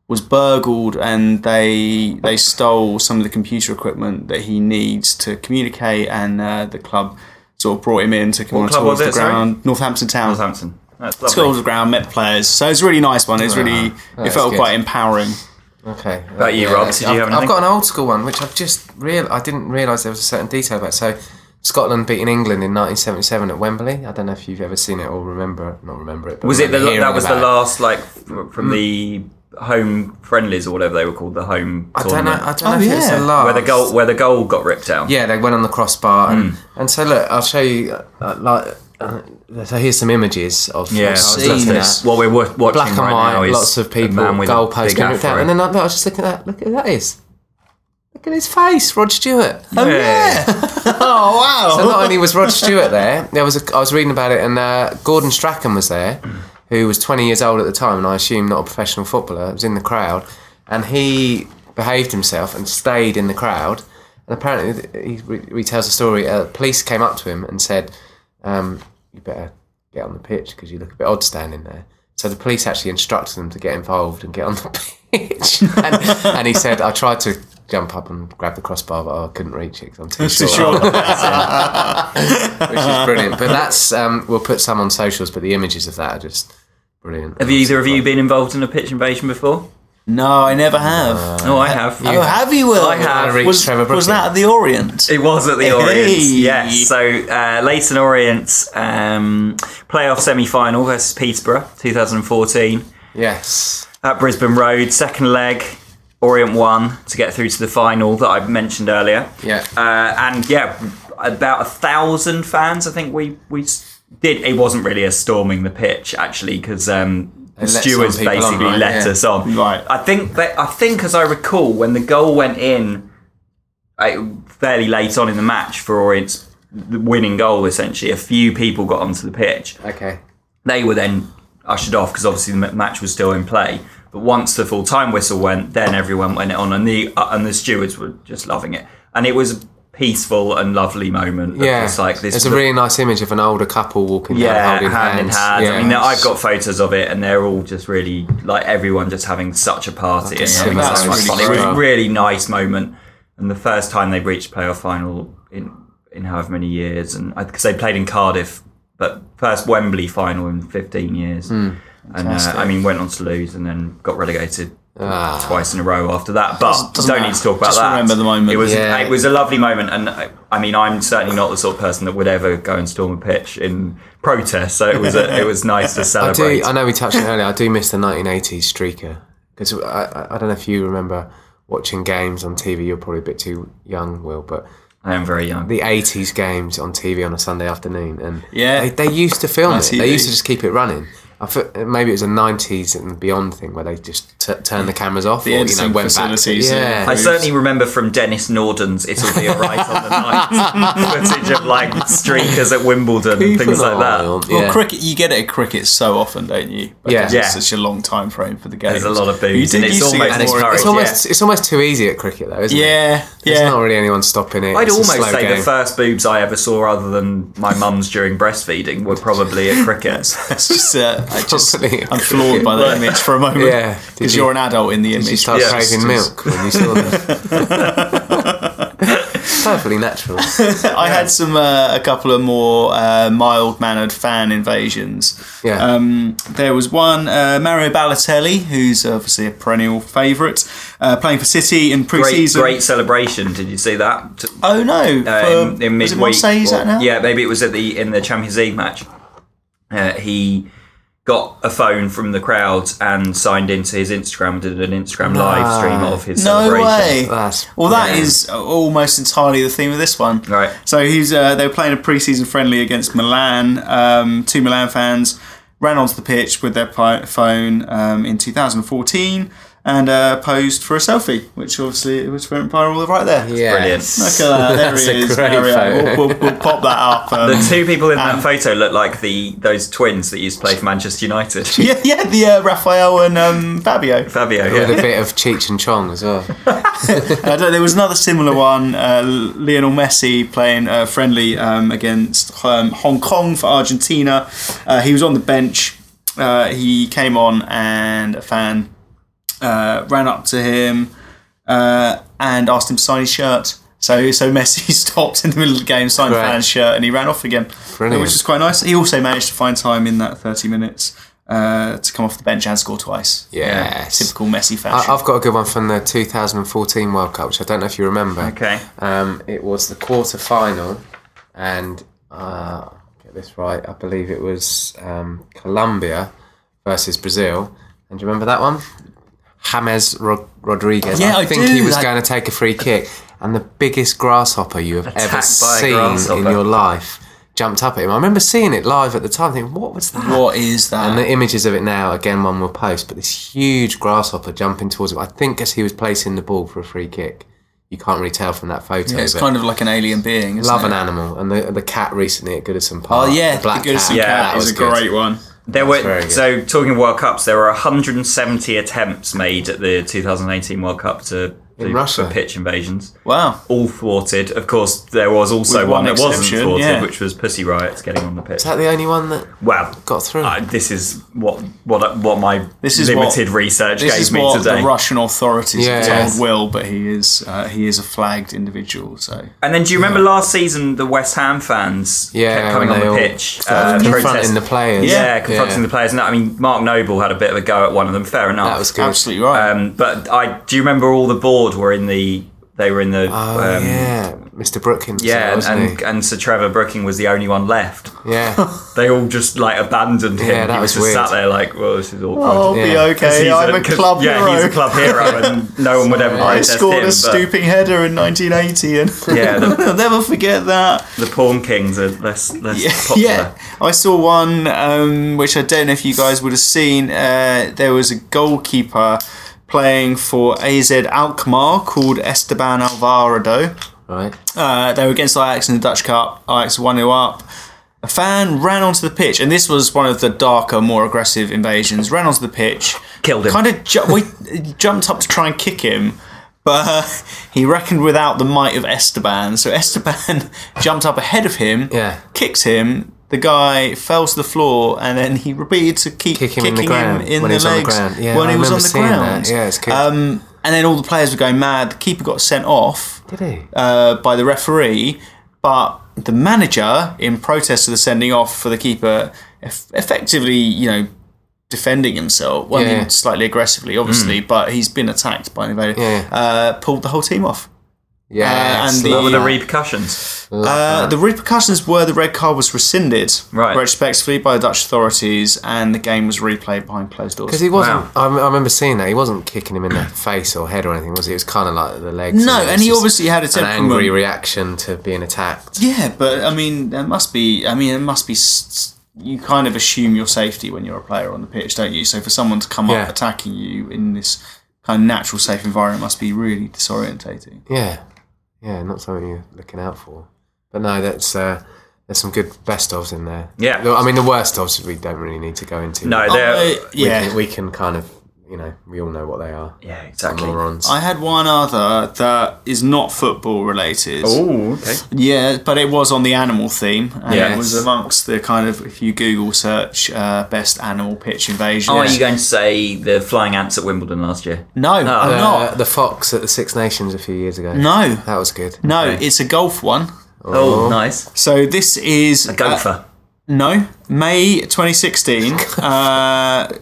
Speaker 1: was burgled and they they stole some of the computer equipment that he needs to communicate and uh, the club sort of brought him in took him on
Speaker 3: club
Speaker 1: tour of
Speaker 3: was
Speaker 1: the
Speaker 3: it, sorry?
Speaker 1: ground Northampton Town
Speaker 3: Southampton. That's
Speaker 1: tour of
Speaker 3: lovely.
Speaker 1: the ground met the players so it's a really nice one it's really it
Speaker 2: that's
Speaker 1: felt
Speaker 2: good.
Speaker 1: quite empowering
Speaker 2: Okay.
Speaker 3: about you, Rob? Did you
Speaker 2: I've,
Speaker 3: have anything?
Speaker 2: I've got an old school one, which I've just real. I didn't realise there was a certain detail about. So, Scotland beating England in 1977 at Wembley. I don't know if you've ever seen it or remember, not remember it. But
Speaker 3: Was it the,
Speaker 2: remember hearing
Speaker 3: that was the
Speaker 2: about it. Hmm.
Speaker 3: last like f- from the home friendlies or whatever they were called the home
Speaker 2: I don't know.
Speaker 3: tournament
Speaker 2: I don't know
Speaker 1: Oh,
Speaker 2: if it's
Speaker 1: yeah.
Speaker 2: the last.
Speaker 3: where the goal where the goal got ripped out.
Speaker 2: Yeah, they went on the crossbar, and,
Speaker 3: Hmm.
Speaker 2: and so look, I'll show you. uh, Uh, like, uh, so here's some images of of
Speaker 3: yeah. that's-
Speaker 2: us looking
Speaker 3: that's
Speaker 2: at.
Speaker 3: what we're wa- watching
Speaker 2: black and
Speaker 3: right now
Speaker 2: white,
Speaker 3: is
Speaker 2: lots of
Speaker 3: a
Speaker 2: people,
Speaker 3: man with a
Speaker 2: goalpost
Speaker 3: big
Speaker 2: getting ripped out,
Speaker 3: afro.
Speaker 2: and then I, I was just looking at that. Look at that is. Look at his face, Rod Stewart.
Speaker 3: yeah. Oh,
Speaker 2: So not only was Rod Stewart there, there was a, I was reading about it, and uh, Gordon Strachan was there, who was 20 years old at the time, and I assume not a professional footballer. Was in the crowd, and he behaved himself and stayed in the crowd. And apparently, th- he re- retells the story. Uh, police came up to him and said, um, "You better get on the pitch because you look a bit odd standing there." So the police actually instructed him to get involved and get on the pitch. and, and he said, "I tried to." Jump up and grab the crossbar, but I couldn't reach it 'cause I'm too short which is brilliant. But that's um, we'll put some on socials. But the images of that are just brilliant.
Speaker 3: Have you, either of you been involved in a pitch invasion before?
Speaker 1: no I never have
Speaker 3: No, I have.
Speaker 1: oh have you Will
Speaker 3: I have.
Speaker 1: was,
Speaker 2: Uh, Trevor
Speaker 1: was
Speaker 2: Brooking.
Speaker 1: that at the Orient
Speaker 3: It was at the Orient.
Speaker 1: Hey.
Speaker 3: Yes. So uh, Leighton Orient um, playoff semi final versus Peterborough 2014
Speaker 2: Yes.
Speaker 3: at Brisbane Road. Second leg, Orient won to get through to the final that I mentioned earlier.
Speaker 2: Yeah.
Speaker 3: Uh, and yeah, about a thousand fans. I think we we s- did. It wasn't really a storming the pitch actually because. Um, the
Speaker 2: let some
Speaker 3: stewards
Speaker 2: people on,
Speaker 3: basically
Speaker 2: right?
Speaker 3: let
Speaker 2: Yeah.
Speaker 3: us on.
Speaker 1: Right.
Speaker 3: I think that I think, as I recall, when the goal went in, uh, fairly late on in the match for Orient's winning goal, essentially, a few people got onto the pitch.
Speaker 2: Okay.
Speaker 3: They were then ushered off because obviously the ma- match was still in play. But once the full time whistle went, then everyone went on, and the uh, and the stewards were just loving it, and it was a peaceful and lovely moment. of
Speaker 2: Yeah.
Speaker 3: just like this.
Speaker 2: It's a really nice image of an older couple walking
Speaker 3: yeah,
Speaker 2: down holding
Speaker 3: hand in
Speaker 2: hands.
Speaker 3: hand.
Speaker 2: Yeah.
Speaker 3: I mean, there- I've got photos of it, and they're all just really like everyone just having such a party. And having
Speaker 1: that's
Speaker 3: so much
Speaker 1: really
Speaker 3: fun. It was a
Speaker 2: great.
Speaker 3: really nice moment, and the first time they reached playoff final in in however many years, and because they played in Cardiff, but first Wembley final in fifteen years.
Speaker 1: Hmm.
Speaker 3: And uh, I mean, went on to lose and then got relegated twice in a row after that. But
Speaker 1: Ah. Doesn't
Speaker 3: don't
Speaker 1: matter.
Speaker 3: need to talk about
Speaker 1: Just
Speaker 3: that.
Speaker 1: remember the moment.
Speaker 3: It was
Speaker 2: Yeah.
Speaker 3: it was a lovely moment, and I, I mean, I'm certainly not the sort of person that would ever go and storm a pitch in protest. So it was a, it was nice to
Speaker 2: I do.
Speaker 3: celebrate.
Speaker 2: I know we touched on it earlier. I do miss the 1980s streaker because I, I, I don't know if you remember watching games on TV. You're probably a bit too young, Will, but
Speaker 3: I am very young.
Speaker 2: the 80s games on TV on a Sunday afternoon. And
Speaker 1: Yeah.
Speaker 2: they, they used to film
Speaker 1: On
Speaker 2: it.
Speaker 1: TV.
Speaker 2: They used to just keep it running. I thought maybe it was a 90s and beyond thing where they just t- turned the cameras off
Speaker 1: The
Speaker 2: or, you know,
Speaker 1: editing
Speaker 2: went
Speaker 1: facilities,
Speaker 2: back.
Speaker 1: yeah.
Speaker 2: Yeah.
Speaker 3: I certainly remember from Dennis Norden's It'll Be Alright on the Night footage of like streakers at Wimbledon and things like that.
Speaker 1: Well,
Speaker 2: Yeah.
Speaker 1: cricket, you get it at cricket so often, don't you?
Speaker 2: Yeah.
Speaker 1: Because
Speaker 3: Yeah.
Speaker 1: It's such a long time frame for the game.
Speaker 3: There's a lot of
Speaker 1: You
Speaker 3: booze,
Speaker 1: did
Speaker 3: and it's
Speaker 1: used to get
Speaker 3: almost
Speaker 1: more of-
Speaker 3: encouraged.
Speaker 2: It's almost, it's almost too easy at cricket, though, isn't it?
Speaker 1: Yeah,
Speaker 2: There's not
Speaker 1: yeah.
Speaker 2: really anyone stopping it.
Speaker 3: I'd
Speaker 2: it's a
Speaker 3: almost
Speaker 2: slow
Speaker 3: say
Speaker 2: game.
Speaker 3: the first boobs I ever saw, other than my mum's during breastfeeding, were probably at cricket.
Speaker 1: It's just, uh, I just,
Speaker 2: Probably.
Speaker 1: I'm floored by that image for a moment.
Speaker 2: Yeah. Did
Speaker 1: Because
Speaker 2: you-
Speaker 1: you're an adult in the image.
Speaker 2: you start
Speaker 3: Yeah.
Speaker 2: craving milk when you saw them. Perfectly natural.
Speaker 1: I had some uh, a couple of more uh, mild mannered fan invasions.
Speaker 2: Yeah.
Speaker 1: Um, there was one uh, Mario Balotelli, who's obviously a perennial favourite, uh, playing for City in
Speaker 3: Great,
Speaker 1: pre-season.
Speaker 3: great celebration! Did you see that? T-
Speaker 1: Oh no!
Speaker 3: Uh, in,
Speaker 1: for-
Speaker 3: in
Speaker 1: was it
Speaker 3: midweek,
Speaker 1: Marseille? Is
Speaker 3: or-
Speaker 1: that now?
Speaker 3: Yeah, maybe it was at the in the Champions League match. Uh, he got a phone from the crowd and signed into his Instagram. Did an Instagram live stream of his
Speaker 1: No
Speaker 3: celebration.
Speaker 1: way.
Speaker 2: That's-
Speaker 1: well, that
Speaker 3: yeah.
Speaker 1: is almost entirely the theme of this one.
Speaker 3: Right.
Speaker 1: So he's uh, they were playing a preseason friendly against Milan. Um, two Milan fans ran onto the pitch with their pi- phone um, in 2014 and uh, posed for a selfie, which obviously it was went viral right there.
Speaker 2: Yeah.
Speaker 3: Brilliant.
Speaker 1: Look at that. There
Speaker 2: That's
Speaker 1: he
Speaker 2: a
Speaker 1: is.
Speaker 2: great
Speaker 1: Mario.
Speaker 2: photo.
Speaker 1: We'll, we'll- we'll pop that up. Um,
Speaker 3: The two people in that photo look like the those twins that used to play for Manchester United.
Speaker 1: yeah, yeah, the uh, Raphael and um, Fabio.
Speaker 3: Fabio,
Speaker 2: With a
Speaker 3: yeah.
Speaker 2: bit of Cheech and Chong as well.
Speaker 1: I don't- there was another similar one. Uh, Lionel Messi playing uh, friendly um, against um, Hong Kong for Argentina. Uh, he was on the bench. Uh, he came on, and a fan uh, ran up to him uh, and asked him to sign his shirt. So, so Messi stopped in the middle of the game, signed the
Speaker 2: Right.
Speaker 1: fan's shirt, and he ran off again,
Speaker 2: Brilliant.
Speaker 1: which was quite nice. He also managed to find time in that thirty minutes uh, to come off the bench and score twice.
Speaker 2: Yes.
Speaker 1: typical Messi fashion.
Speaker 2: I, I've got a good one from the 2014 World Cup, which I don't know if you remember.
Speaker 3: Okay.
Speaker 2: Um, it was the quarter final, and uh, get this right, I believe it was um, Colombia versus Brazil. And do you remember that one? James Rod- Rodriguez.
Speaker 1: Yeah, I
Speaker 2: think
Speaker 1: do.
Speaker 2: he was
Speaker 1: I-
Speaker 2: going to take a free kick, and the biggest grasshopper you have
Speaker 3: Attacked by
Speaker 2: ever
Speaker 3: a
Speaker 2: seen in
Speaker 3: grasshopper.
Speaker 2: your life jumped up at him. I remember seeing it live at the time, thinking, "What was that?"
Speaker 1: what is that?
Speaker 2: And the images of it now, again, one will post, but this huge grasshopper jumping towards him. I think as he was placing the ball for a free kick. You can't really tell from that photo.
Speaker 1: Yeah, it's
Speaker 2: but
Speaker 1: kind of like an alien being. Isn't
Speaker 2: love
Speaker 1: it?
Speaker 2: an animal. And the, the cat recently at Goodison
Speaker 1: Oh
Speaker 2: Park.
Speaker 1: yeah,
Speaker 2: the black
Speaker 1: the Goodison
Speaker 2: cat.
Speaker 1: cat,
Speaker 3: Yeah,
Speaker 2: that
Speaker 1: is
Speaker 2: was
Speaker 1: a great one.
Speaker 3: There
Speaker 2: very
Speaker 3: were
Speaker 2: good.
Speaker 3: so talking of World Cups, there were 170 attempts made at the 2018 World Cup to
Speaker 2: In
Speaker 3: do-
Speaker 2: Russia.
Speaker 3: for pitch invasions.
Speaker 1: Wow.
Speaker 3: All thwarted. Of course, there was also
Speaker 1: With
Speaker 3: one,
Speaker 1: one
Speaker 3: that wasn't
Speaker 1: exception,
Speaker 3: thwarted,
Speaker 1: yeah.
Speaker 3: which was Pussy Riot's getting on the pitch.
Speaker 2: Is that the only one that
Speaker 3: Wow,
Speaker 2: got through?
Speaker 3: Uh, this is what what what my
Speaker 1: This is
Speaker 3: limited
Speaker 1: what-
Speaker 3: research
Speaker 1: This
Speaker 3: gave
Speaker 1: is
Speaker 3: me
Speaker 1: what
Speaker 3: today.
Speaker 1: the Russian authorities have
Speaker 2: Yeah.
Speaker 1: told Will, but he is uh, he is a flagged individual. So
Speaker 3: and then, do you remember last season the West Ham fans kept
Speaker 2: yeah,
Speaker 3: coming
Speaker 2: when
Speaker 3: on
Speaker 2: they
Speaker 3: the
Speaker 2: all
Speaker 3: pitch,
Speaker 2: uh,
Speaker 3: protest-
Speaker 2: confronting the players.
Speaker 3: yeah, confronting the players? And that, I mean, Mark Noble had a bit of a go at one of them. Fair enough.
Speaker 2: That was good.
Speaker 1: absolutely right.
Speaker 3: Um, but I do you remember all the board were in the they were in the
Speaker 2: Oh,
Speaker 3: um,
Speaker 2: yeah, Mr. Brookins.
Speaker 3: yeah,
Speaker 2: Yeah,
Speaker 3: and,
Speaker 2: wasn't
Speaker 3: and, and Sir Trevor Brooking was the only one left.
Speaker 2: he? Yeah.
Speaker 3: They all just like abandoned him.
Speaker 2: Yeah, that
Speaker 3: he
Speaker 2: was
Speaker 3: was, just
Speaker 2: weird.
Speaker 3: sat there like, well, this is awkward.
Speaker 1: I'll be
Speaker 2: yeah.
Speaker 1: okay.
Speaker 3: He's
Speaker 1: Oh, I'm a,
Speaker 3: 'cause-
Speaker 1: club
Speaker 3: yeah,
Speaker 1: hero.
Speaker 3: he's a club hero, and no one would ever
Speaker 1: I
Speaker 3: protest
Speaker 1: scored
Speaker 3: him.
Speaker 1: a
Speaker 3: but
Speaker 1: stooping header in 1980, and
Speaker 3: Yeah, the-
Speaker 1: I'll never forget that.
Speaker 3: the Pawn Kings are less less popular.
Speaker 1: Yeah, I saw one um, which I don't know if you guys would have seen. Uh, there was a goalkeeper playing for AZ Alkmaar called Esteban Alvarado.
Speaker 2: right.
Speaker 1: Uh, they were against Ajax in the Dutch Cup. Ajax 1 0 up. A fan ran onto the pitch, and this was one of the darker, more aggressive invasions. Ran onto the pitch,
Speaker 3: Killed him.
Speaker 1: Kind of ju- we jumped up to try and kick him, but uh, he reckoned without the might of Esteban. So Esteban jumped up ahead of him,
Speaker 2: Yeah.
Speaker 1: kicked him. The guy fell to the floor, and then he repeated to keep
Speaker 2: Kick him in
Speaker 1: kicking
Speaker 2: the ground.
Speaker 1: him in
Speaker 2: when
Speaker 1: the
Speaker 2: he was on the
Speaker 1: legs
Speaker 2: ground. Yeah,
Speaker 1: when
Speaker 2: I
Speaker 1: he was
Speaker 2: remember
Speaker 1: on the
Speaker 2: seeing
Speaker 1: ground.
Speaker 2: That. Yeah, it's good.
Speaker 1: Um, and then all the players were going mad. The keeper got sent off
Speaker 2: Did he?
Speaker 1: uh, by the referee, but the manager, in protest of the sending off for the keeper, eff- effectively, you know, defending himself. Well, I
Speaker 2: Yeah. Mm.
Speaker 1: mean, slightly aggressively, obviously, but he's been attacked by an invader.
Speaker 2: Yeah.
Speaker 1: Uh, pulled the whole team off.
Speaker 2: Yes,
Speaker 1: and the-
Speaker 2: love
Speaker 3: What were the
Speaker 2: that.
Speaker 3: repercussions?
Speaker 1: Uh, the repercussions were the red card was rescinded
Speaker 3: Right.
Speaker 1: retrospectively by the Dutch authorities, and the game was replayed behind closed doors.
Speaker 2: Because he wasn't.
Speaker 3: Wow.
Speaker 2: I, m- I remember seeing that he wasn't kicking him in the face or head or anything, was he? It was kind of like the legs.
Speaker 1: No,
Speaker 2: it was
Speaker 1: and he
Speaker 2: just
Speaker 1: obviously had a
Speaker 2: an angry
Speaker 1: temperament.
Speaker 2: reaction to being attacked.
Speaker 1: Yeah, but I mean, there must be. I mean, it must be. s- You kind of assume your safety when you're a player on the pitch, don't you? So for someone to come
Speaker 2: Yeah.
Speaker 1: up attacking you in this kind of natural, safe environment must be really disorientating.
Speaker 2: Yeah, yeah, not something you're looking out for. But no, that's uh, there's some good best ofs in there.
Speaker 3: Yeah.
Speaker 2: The- I mean the worst ofs we don't really need to go into.
Speaker 1: Oh,
Speaker 3: No, they're.
Speaker 1: I-
Speaker 2: we
Speaker 1: yeah.
Speaker 2: can, we can kind of you know we all know what they are.
Speaker 3: yeah, exactly.
Speaker 2: morons.
Speaker 1: I had one other that is not football related.
Speaker 3: Oh, okay.
Speaker 1: Yeah, but it was on the animal theme, and it
Speaker 3: Yes.
Speaker 1: was amongst the kind of if you Google search uh, best animal pitch invasion.
Speaker 3: Oh, Are you going to say the flying ants at Wimbledon last year?
Speaker 1: No, I'm
Speaker 3: Uh,
Speaker 2: Uh,
Speaker 1: not.
Speaker 2: the fox at the Six Nations a few years ago.
Speaker 1: No.
Speaker 2: that was good.
Speaker 1: No,
Speaker 2: Okay.
Speaker 1: it's a golf one.
Speaker 3: Oh, nice.
Speaker 1: So this is
Speaker 3: A gopher.
Speaker 1: uh, no, May 2016. uh,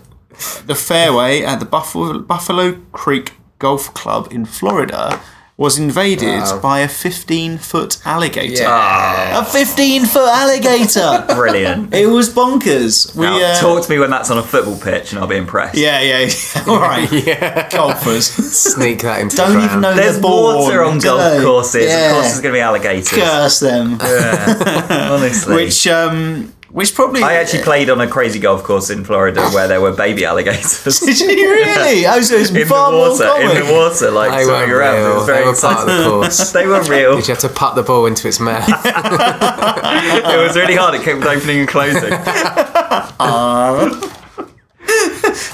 Speaker 1: the fairway at the Buffalo, Buffalo Creek Golf Club in Florida was invaded by a 15-foot alligator. A 15-foot alligator.
Speaker 3: Brilliant.
Speaker 1: it was bonkers. We
Speaker 3: Now,
Speaker 1: uh,
Speaker 3: talk to me when that's on a football pitch and I'll be impressed.
Speaker 1: Yeah, yeah, yeah. All right. Golfers
Speaker 2: sneak that into. the
Speaker 1: don't even
Speaker 2: ground.
Speaker 1: know
Speaker 3: There's
Speaker 1: they're born,
Speaker 3: water on
Speaker 1: do
Speaker 3: golf
Speaker 1: they?
Speaker 3: courses.
Speaker 1: Yeah.
Speaker 3: Of course, there's going to be alligators.
Speaker 1: Curse them.
Speaker 3: Honestly.
Speaker 1: Which, um, which probably.
Speaker 3: I actually played on a crazy golf course in Florida where there were baby alligators.
Speaker 1: Did you really? Oh, so it's
Speaker 3: in the
Speaker 1: far more
Speaker 3: water, in the
Speaker 1: common.
Speaker 3: water, like
Speaker 2: They
Speaker 3: swimming
Speaker 2: were
Speaker 3: around. It
Speaker 2: real.
Speaker 3: was very
Speaker 2: They were part of
Speaker 3: exciting.
Speaker 2: the course.
Speaker 3: They were real.
Speaker 2: Did you have to pat the ball into its mouth?
Speaker 3: it was really hard. It kept opening and closing.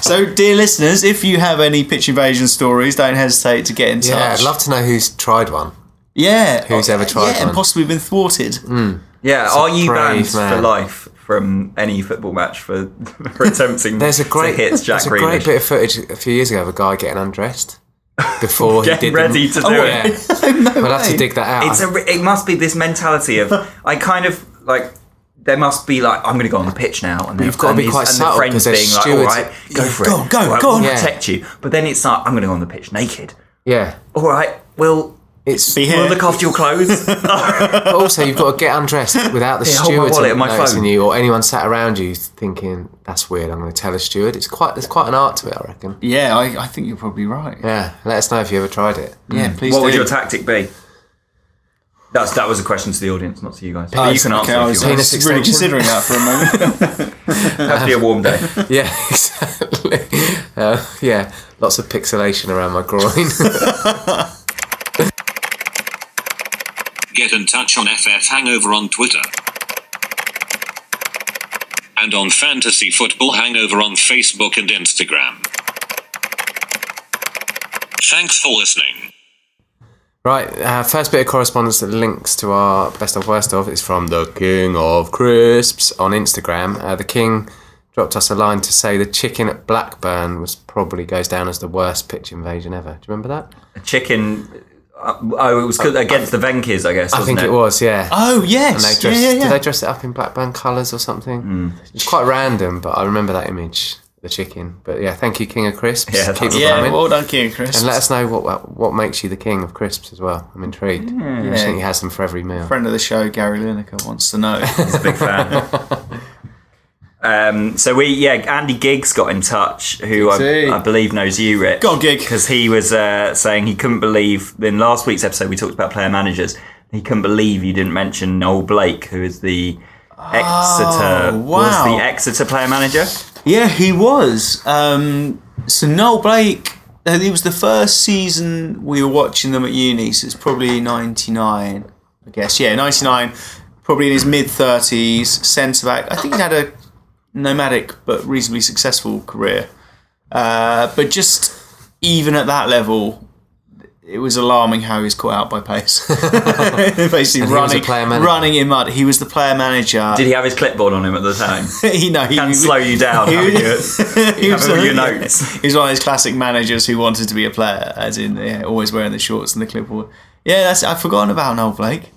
Speaker 1: So, dear listeners, if you have any pitch invasion stories, don't hesitate to get in touch.
Speaker 2: yeah, I'd love to know who's tried one.
Speaker 1: Yeah.
Speaker 2: Who's ever tried
Speaker 1: Yeah, and
Speaker 2: one? Mm.
Speaker 1: possibly been thwarted.
Speaker 3: Yeah, are you
Speaker 2: brave
Speaker 3: banned
Speaker 2: man.
Speaker 3: for life from any football match for, for attempting
Speaker 2: There's a great
Speaker 3: to hit Jack
Speaker 2: there's a great
Speaker 3: Grealish?
Speaker 2: bit of footage a few years ago of a guy getting undressed before he
Speaker 3: Getting
Speaker 2: did. Oh,
Speaker 3: ready to do it.
Speaker 2: yeah. we'll have to dig that out.
Speaker 3: It's a, re- it must be this mentality of I kind of like there must be like I'm going to go on the pitch now, and then-
Speaker 2: You've gotta
Speaker 3: and
Speaker 2: be
Speaker 3: his-
Speaker 2: quite
Speaker 3: and
Speaker 2: subtle,
Speaker 3: the friends
Speaker 2: 'cause there's
Speaker 3: being like, all
Speaker 2: stewards-
Speaker 3: right, go for
Speaker 1: Go,
Speaker 3: it,
Speaker 1: go,
Speaker 3: All right,
Speaker 1: go on."
Speaker 3: we'll
Speaker 2: Yeah.
Speaker 3: protect you. But then it's like I'm going to go on the pitch naked.
Speaker 2: yeah.
Speaker 3: All right, we'll
Speaker 2: It's
Speaker 1: Be here.
Speaker 3: we'll look after your clothes.
Speaker 2: but also you've got to get undressed without the
Speaker 3: Yeah, hold my
Speaker 2: steward
Speaker 3: wallet and my
Speaker 2: noticing
Speaker 3: phone.
Speaker 2: you or anyone sat around you thinking that's weird. I'm going to tell a steward. It's quite there's quite an art to it, I reckon.
Speaker 1: Yeah, I, I think you're probably right. Yeah,
Speaker 2: Yeah, let us know if you ever tried it. Mm.
Speaker 1: please
Speaker 3: what
Speaker 1: do.
Speaker 3: would your tactic be? That's that was a question to the audience, not to you guys. But you can answer
Speaker 1: okay, I
Speaker 3: if
Speaker 1: was
Speaker 3: you want.
Speaker 2: Penis
Speaker 1: really
Speaker 2: extension.
Speaker 1: considering that for a moment.
Speaker 3: It has to be a warm day.
Speaker 2: Yeah, exactly. Uh, yeah, lots of pixelation around my groin.
Speaker 8: Get in touch on FF Hangover on Twitter. And on Fantasy Football Hangover on Facebook and Instagram. Thanks for listening.
Speaker 2: Right, uh, first bit of correspondence that links to our best of worst of is from the King of Crisps on Instagram. Uh, the King dropped us a line to say the chicken at Blackburn was probably goes down as the worst pitch invasion ever. Do you remember that?
Speaker 3: Chicken. Uh, oh, it was 'cause- against the Venkis, I guess.
Speaker 2: I think
Speaker 3: wasn't
Speaker 2: it was, yeah.
Speaker 1: oh,
Speaker 2: and they
Speaker 1: yes.
Speaker 2: dressed,
Speaker 1: yeah, yeah, yeah.
Speaker 2: Did they dress it up in Blackburn colours or something? It's quite random, but I remember that image, the chicken. But yeah, thank you, King of Crisps.
Speaker 3: Yeah,
Speaker 2: Keep
Speaker 3: that's-
Speaker 2: them
Speaker 1: yeah,
Speaker 2: coming.
Speaker 1: well done, King Chris.
Speaker 2: and let us know what- what what makes you the king of crisps as well. I'm intrigued. I think he has them for every meal.
Speaker 1: friend of the show, Gary Lineker, wants to know.
Speaker 3: big fan. Um, so we, yeah, Andy Giggs got in touch, who
Speaker 1: Giggsy.
Speaker 3: I, I believe knows you, Rich.
Speaker 1: Go on, Gig.
Speaker 3: Because he was uh, saying he couldn't believe, in last week's episode, we talked about player managers. He couldn't believe you didn't mention Noel Blake, who is the Exeter, was
Speaker 1: Oh, wow.
Speaker 3: the Exeter player manager.
Speaker 1: Yeah, he was. Um, so Noel Blake, uh, it was the first season we were watching them at uni, so it's probably 99, I guess. Yeah, 99, probably in his mid 30s, centre back. I think he had a nomadic but reasonably successful career. Uh, but just even at that level, it was alarming how he was caught out by pace. Basically,
Speaker 2: And he was a
Speaker 1: running,
Speaker 2: player manager.
Speaker 1: running in mud. He was the player manager.
Speaker 3: Did he have his clipboard on him at the time?
Speaker 1: he? No, he
Speaker 3: Can slow you down.
Speaker 1: he-
Speaker 3: having you-
Speaker 1: he was
Speaker 3: all your
Speaker 1: yeah.
Speaker 3: notes.
Speaker 1: He was one of those classic managers who wanted to be a player, as in yeah, always wearing the shorts and the clipboard. Yeah, that's I've forgotten about Noel Blake.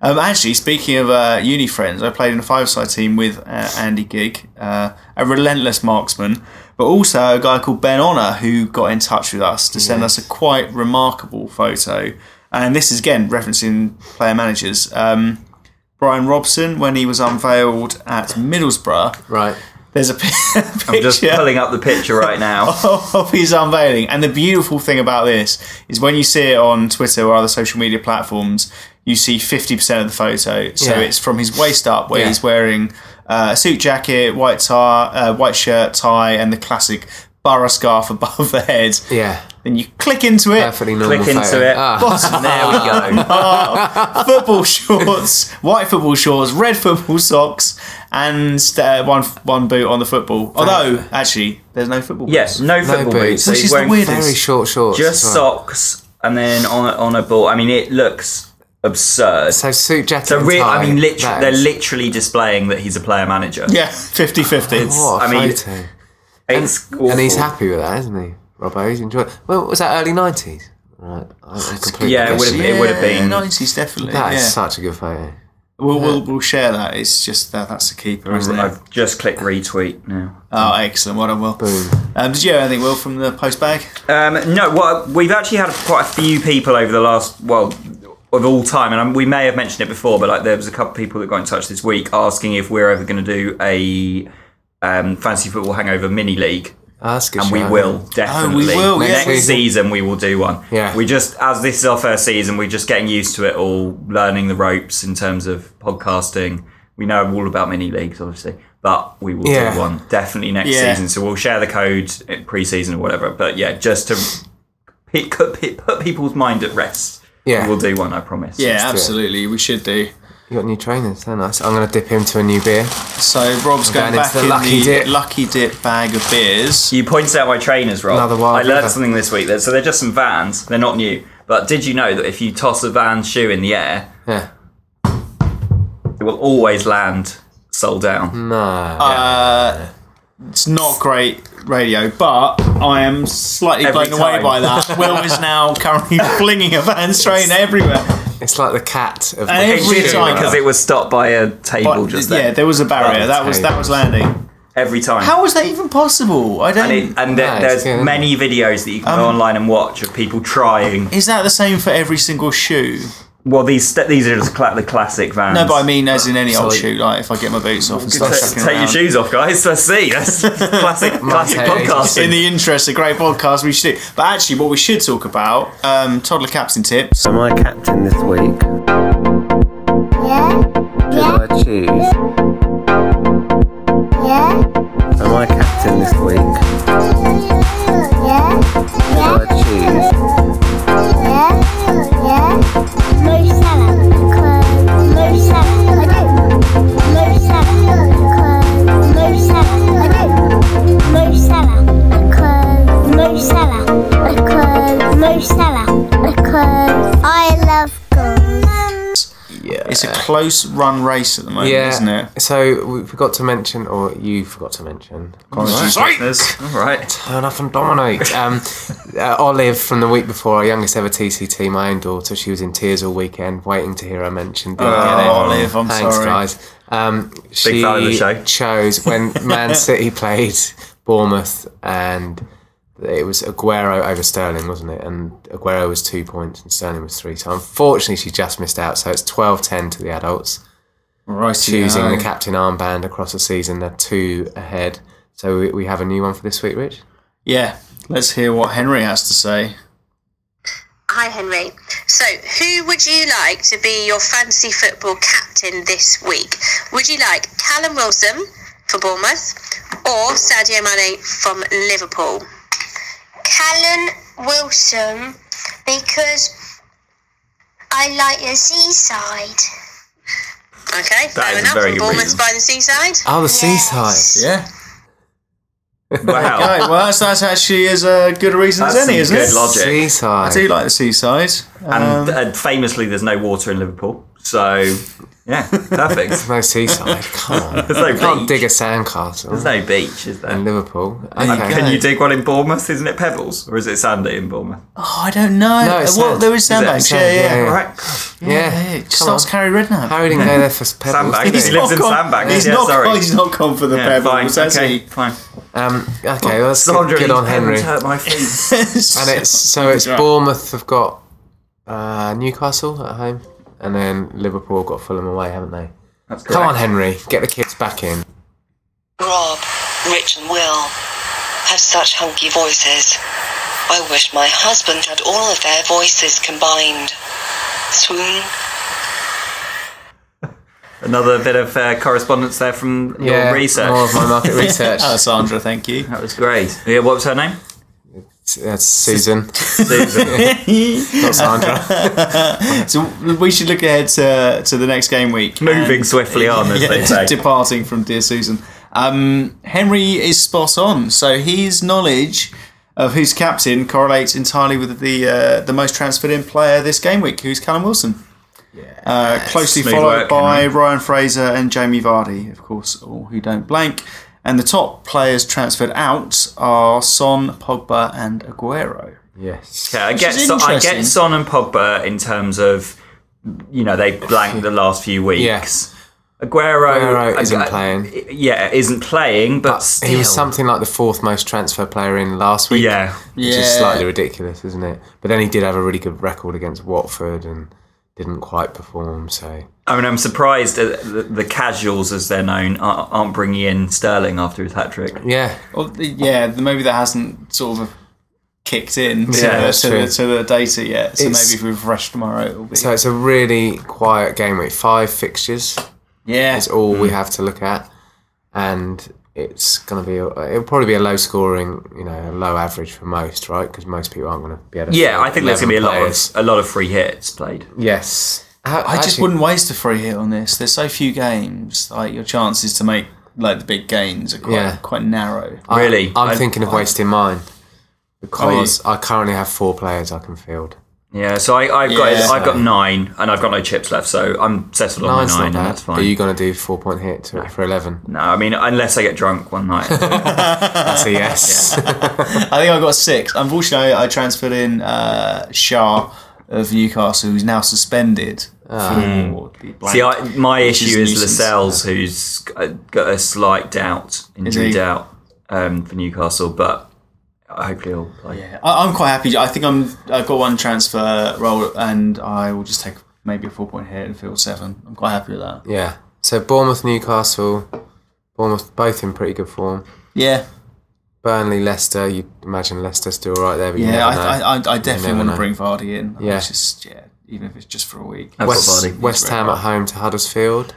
Speaker 1: Um, actually, speaking of uh, uni friends, I played in a five-side team with uh, Andy Gig, uh, a relentless marksman, but also a guy called Ben Honor who got in touch with us to send us a quite remarkable photo And this is again referencing player managers. Um, Brian Robson, when he was unveiled at Middlesbrough,
Speaker 2: Right.
Speaker 1: there's a, pi- picture
Speaker 3: I'm just pulling up the picture right now.
Speaker 1: of his unveiling. And the beautiful thing about this is when you see it on Twitter or other social media platforms, you see 50% of the photo. So
Speaker 2: Yeah.
Speaker 1: it's from his waist up, where
Speaker 2: Yeah.
Speaker 1: he's wearing uh, a suit jacket, white, tie, uh, white shirt, tie, and the classic borough scarf above the head.
Speaker 2: Yeah.
Speaker 1: Then you click into it.
Speaker 2: Perfectly normal
Speaker 3: Click into
Speaker 2: photo.
Speaker 3: it.
Speaker 2: Ah,
Speaker 1: Bottom
Speaker 3: there we go.
Speaker 1: football shorts, white football shorts, red football socks, and uh, one one boot on the football. Although, actually, there's no football.
Speaker 3: Yes,
Speaker 1: boots.
Speaker 3: no football
Speaker 2: boots.
Speaker 3: boots.
Speaker 1: Which
Speaker 3: he's
Speaker 1: is the
Speaker 3: wearing
Speaker 1: weirdest.
Speaker 2: very short shorts.
Speaker 3: Just
Speaker 2: as well.
Speaker 3: socks and then on, on a ball. I mean, it looks absurd.
Speaker 2: So suit jacket.
Speaker 3: So
Speaker 2: and
Speaker 3: re- I
Speaker 2: tie,
Speaker 3: mean, literally,
Speaker 2: that
Speaker 3: they're
Speaker 2: is-
Speaker 3: literally displaying that he's a player manager.
Speaker 1: Yeah, 50 50.
Speaker 2: What a
Speaker 3: I mean,
Speaker 2: photo.
Speaker 3: It's
Speaker 2: And he's
Speaker 3: awful.
Speaker 2: happy with that, isn't he? Robbo, he's enjoying. Well, was that early nineties? Right. I- I completely
Speaker 3: yeah, it
Speaker 2: guessed
Speaker 3: would've
Speaker 2: you.
Speaker 3: been- it would've been-
Speaker 1: 90s, definitely.
Speaker 2: That
Speaker 1: yeah.
Speaker 2: is such a good photo.
Speaker 1: We'll, we'll, we'll share that. It's just that that's a keeper, isn't it?
Speaker 3: I've just clicked retweet now.
Speaker 1: Oh, excellent. Well done, Will. Um, did you have anything, Will, from the post bag?
Speaker 3: Um, no, well, we've actually had quite a few people over the last, well, of all time, and um, we may have mentioned it before, but like there was a couple of people that got in touch this week asking if we're ever going to do a um, fantasy football hangover mini league.
Speaker 2: Oh, that's a good
Speaker 3: And we
Speaker 2: shout.
Speaker 3: will definitely.
Speaker 1: will,
Speaker 2: yeah.
Speaker 3: Next
Speaker 2: Next
Speaker 3: season we will do one.
Speaker 2: Yeah.
Speaker 3: We just as this is our first season, we're just getting used to it all, learning the ropes in terms of podcasting. We know all about mini leagues, obviously, but we will
Speaker 2: Yeah.
Speaker 3: do one definitely next
Speaker 1: Yeah.
Speaker 3: season. So we'll share the code in pre-season or whatever. But yeah, just to it could it put people's mind at rest.
Speaker 2: Yeah.
Speaker 3: we'll do one. I promise.
Speaker 1: Yeah,
Speaker 2: do it.
Speaker 1: absolutely. We should do.
Speaker 2: You got new trainers, don't I? So I'm going to dip him to a new beer.
Speaker 1: So, Rob's
Speaker 2: going
Speaker 1: going back
Speaker 2: into the
Speaker 1: in
Speaker 2: lucky
Speaker 1: the
Speaker 2: dip.
Speaker 1: lucky dip bag of beers.
Speaker 3: You pointed out my trainers, Rob.
Speaker 2: Another wild
Speaker 3: I learned
Speaker 2: river.
Speaker 3: something this week. So they're just some Vans. They're not new. But did you know that if you toss a Van shoe in the air,
Speaker 2: Yeah.
Speaker 3: it will always land sole down?
Speaker 1: Hmm.
Speaker 3: Uh,
Speaker 1: It's not great radio, but I am slightly
Speaker 3: Every
Speaker 1: blown away
Speaker 3: time.
Speaker 1: by that. Will is now currently flinging a van strain everywhere.
Speaker 2: It's like the cat
Speaker 1: And
Speaker 2: of the
Speaker 1: every
Speaker 2: shoe.
Speaker 3: It's
Speaker 1: time-
Speaker 3: because it was stopped by a table
Speaker 1: But,
Speaker 3: just
Speaker 1: yeah,
Speaker 3: there.
Speaker 1: there was a barrier.
Speaker 2: Oh,
Speaker 1: That was that was landing.
Speaker 3: every time.
Speaker 1: How was that even possible? I don't.
Speaker 3: and it, and there-
Speaker 2: Nice,
Speaker 3: there's
Speaker 2: yeah.
Speaker 3: many videos that you can go
Speaker 1: Um,
Speaker 3: online and watch of people trying.
Speaker 1: is that the same for every single shoe?
Speaker 3: Well, these st- these are just cla the classic vans.
Speaker 1: No, but I mean, as in any old
Speaker 2: Sorry.
Speaker 1: shoe. Like if I get my boots off and
Speaker 3: T-
Speaker 1: start
Speaker 3: take
Speaker 1: chucking
Speaker 3: your
Speaker 1: around.
Speaker 3: shoes off, guys. Let's see. That's classic classic
Speaker 2: take ages.
Speaker 3: podcasting.
Speaker 1: In the interest of great podcast, we should do. But actually, what we should talk about, um, toddler captain tips.
Speaker 9: Am I captain this week?
Speaker 10: Yeah,
Speaker 9: Did I choose?
Speaker 10: yeah,
Speaker 9: Am I captain this week?
Speaker 10: yeah,
Speaker 9: Did I choose?
Speaker 10: yeah, yeah. Mo Salah, because Mo Salah, I do. Mo Salah, because Mo Salah, I do. Mo Salah, because Mo Salah, because Mo Salah, because I love goals.
Speaker 1: It's a close run race at the moment,
Speaker 2: Yeah.
Speaker 1: isn't it?
Speaker 2: So we forgot to mention, or you forgot to mention.
Speaker 3: All right.
Speaker 2: Turn up and dominate. Um, uh, Olive from the week before, our youngest ever TCT, my own daughter, she was in tears all weekend waiting to hear her mentioned. Oh,
Speaker 1: Olive, I'm
Speaker 2: Thanks,
Speaker 1: sorry.
Speaker 2: guys. Um, she
Speaker 3: fan of the show.
Speaker 2: chose when Man City played Bournemouth and it was Aguero over Sterling, wasn't it? And Aguero was two points and Sterling was three. So unfortunately, she just missed out. So it's 12 10 to the adults
Speaker 1: Right,
Speaker 2: choosing the captain armband across the season. They're two ahead. So we, we have a new one for this week, Rich.
Speaker 1: Yeah, let's hear what Henry has to say.
Speaker 10: Hi, Henry. So, who would you like to be your fantasy football captain this week? Would you like Callum Wilson for Bournemouth or Sadio Mane from Liverpool? Callum Wilson because I like the seaside. Okay, fair
Speaker 3: is a
Speaker 10: enough.
Speaker 3: very
Speaker 10: From
Speaker 3: good
Speaker 10: Bournemouth
Speaker 3: reason.
Speaker 10: by the seaside.
Speaker 2: Oh, the
Speaker 10: Yes.
Speaker 2: seaside.
Speaker 1: Yeah.
Speaker 3: Wow.
Speaker 1: Okay,
Speaker 2: Oh.
Speaker 1: well, that's, that's actually as uh, good a reason
Speaker 3: That's
Speaker 1: as any,
Speaker 3: some
Speaker 1: isn't
Speaker 3: good
Speaker 1: it?
Speaker 3: logic.
Speaker 1: I
Speaker 2: Seaside.
Speaker 1: do like the seaside. Um,
Speaker 3: And uh, famously, there's no water in Liverpool. So yeah, perfect.
Speaker 2: No seaside. Come on.
Speaker 3: There's no
Speaker 2: You can't
Speaker 3: beach.
Speaker 2: dig a sandcastle
Speaker 3: There's no beach,
Speaker 2: in
Speaker 3: is there?
Speaker 2: Liverpool.
Speaker 1: go.
Speaker 2: Okay.
Speaker 3: Can you dig one in Bournemouth? Isn't it pebbles or is it sandy in Bournemouth?
Speaker 1: Oh, I don't know.
Speaker 2: No, it's
Speaker 1: Uh, well,
Speaker 2: sand.
Speaker 1: there is sandbags.
Speaker 2: sand?
Speaker 1: Yeah, yeah.
Speaker 2: Yeah,
Speaker 1: yeah.
Speaker 2: yeah.
Speaker 3: All right.
Speaker 2: Yeah.
Speaker 1: It just
Speaker 2: Come on.
Speaker 1: starts Carrie Redknapp.
Speaker 2: Harry didn't go there for pebbles.
Speaker 3: Sandbags.
Speaker 2: did he?
Speaker 3: He lives in
Speaker 1: gone-
Speaker 3: sandbags.
Speaker 1: He's
Speaker 3: Yeah,
Speaker 1: not.
Speaker 3: sorry.
Speaker 1: He's not gone for the
Speaker 3: Yeah, fine.
Speaker 1: pebbles, has he?
Speaker 3: Okay, fine.
Speaker 2: Um, okay, well, that's good,
Speaker 3: Sandra,
Speaker 2: good
Speaker 3: these
Speaker 2: on Henry.
Speaker 3: pens hurt my feet.
Speaker 2: And it's so it's Bournemouth have got uh, Newcastle at home, and then Liverpool have got Fulham away, haven't they?
Speaker 3: That's
Speaker 2: Come on,
Speaker 3: correct.
Speaker 2: Henry, get the kids back in.
Speaker 4: Rob, Rich, and Will have such hunky voices. I wish my husband had all of their voices combined. Swoon.
Speaker 3: Another bit of uh, correspondence there from your research.
Speaker 2: more of Oh, my market research.
Speaker 1: Alessandra, thank you.
Speaker 3: That was great. Yeah, what was her name?
Speaker 2: That's Susan,
Speaker 3: Susan.
Speaker 2: not Sandra.
Speaker 1: So we should look ahead to, to the next game week.
Speaker 3: Moving swiftly on, as they say.
Speaker 1: Departing from Dear Susan. Um, Henry is spot on. So his knowledge of who's captain correlates entirely with the uh, the most transferred in player this game week, who's Callum Wilson. Uh, closely
Speaker 3: Smooth
Speaker 1: followed
Speaker 3: work,
Speaker 1: by
Speaker 3: Henry.
Speaker 1: Ryan Fraser and Jamie Vardy, of course, all who don't blank. And the top players transferred out are Son, Pogba, and Aguero.
Speaker 2: Yes.
Speaker 3: Yeah, I get
Speaker 1: is
Speaker 3: Son, I get
Speaker 1: interesting.
Speaker 3: Son and Pogba in terms of you know they blanked the last few weeks. Aguero,
Speaker 2: Aguero isn't
Speaker 3: Agu-
Speaker 2: playing.
Speaker 3: Yeah, isn't playing, but, still,
Speaker 2: He was something like the fourth most transfer player in last week.
Speaker 3: Yeah,
Speaker 2: Which is
Speaker 1: Yeah.
Speaker 2: slightly ridiculous, isn't it? But then he did have a really good record against Watford and didn't quite perform, so.
Speaker 3: I mean, I'm surprised that the, the casuals, as they're known, aren't aren't bringing in Sterling after his hat trick.
Speaker 2: Yeah.
Speaker 1: Well, th- yeah, th- maybe that hasn't sort of kicked in to,
Speaker 3: Yeah,
Speaker 1: the,
Speaker 2: that's
Speaker 1: to, the,
Speaker 2: true.
Speaker 1: to the data yet. So
Speaker 2: It's-
Speaker 1: maybe if we refresh tomorrow, it'll be.
Speaker 2: So it's a really quiet game week. Five fixtures
Speaker 1: yeah,
Speaker 2: is all
Speaker 3: Mm.
Speaker 2: we have to look at. And it's going to be, it'll probably be a low scoring, you know, a low average for most, right? Because most people aren't going to be able to.
Speaker 3: Yeah,
Speaker 2: field
Speaker 3: I think there's gonna be a
Speaker 2: 11
Speaker 3: lot
Speaker 2: players.
Speaker 3: of a lot of free hits played.
Speaker 2: Yes.
Speaker 1: I just wouldn't waste a free hit on this. There's so few games. Like your chances to make like the big gains are quite
Speaker 2: Yeah.
Speaker 1: quite narrow.
Speaker 3: Really,
Speaker 2: I'm
Speaker 3: I- Oh,
Speaker 2: thinking of wasting mine because I currently have four players I can field.
Speaker 3: Yeah, so I, I've
Speaker 1: Yeah.
Speaker 3: got I've got nine, and I've got no chips left, so I'm settled on my
Speaker 2: Nine's
Speaker 3: nine, and
Speaker 2: not bad.
Speaker 3: that's fine.
Speaker 2: Are you going to do four point hit to, for 11?
Speaker 3: No, I mean unless I get drunk one night.
Speaker 2: That's a yes.
Speaker 1: I think I got six. Unfortunately, I transferred in uh, Shah of Newcastle, who's now suspended.
Speaker 2: Ah. Hmm.
Speaker 1: for the blank.
Speaker 3: See, I, my
Speaker 1: Which
Speaker 3: issue
Speaker 1: is
Speaker 3: is
Speaker 1: nuisance.
Speaker 3: Lascelles, who's got got a slight doubt, injury
Speaker 1: he?
Speaker 3: doubt um, for Newcastle, but hopefully he'll play.
Speaker 1: Yeah, I, I'm quite happy. I think I'm. I've got one transfer role, and I will just take maybe a four point hit and field seven. I'm quite happy with that.
Speaker 2: yeah. So Bournemouth, Newcastle, Bournemouth both in pretty good form.
Speaker 1: Yeah,
Speaker 2: Burnley, Leicester. You imagine Leicester's do all right there, but you
Speaker 1: yeah.
Speaker 2: never know.
Speaker 1: I, I, I, I definitely
Speaker 2: never
Speaker 1: want to
Speaker 2: know.
Speaker 1: bring Vardy in.
Speaker 2: Yeah.
Speaker 1: It's just yeah, even if it's just for a week.
Speaker 3: I've got
Speaker 2: West,
Speaker 3: Vardy.
Speaker 2: West Ham at home to Huddersfield.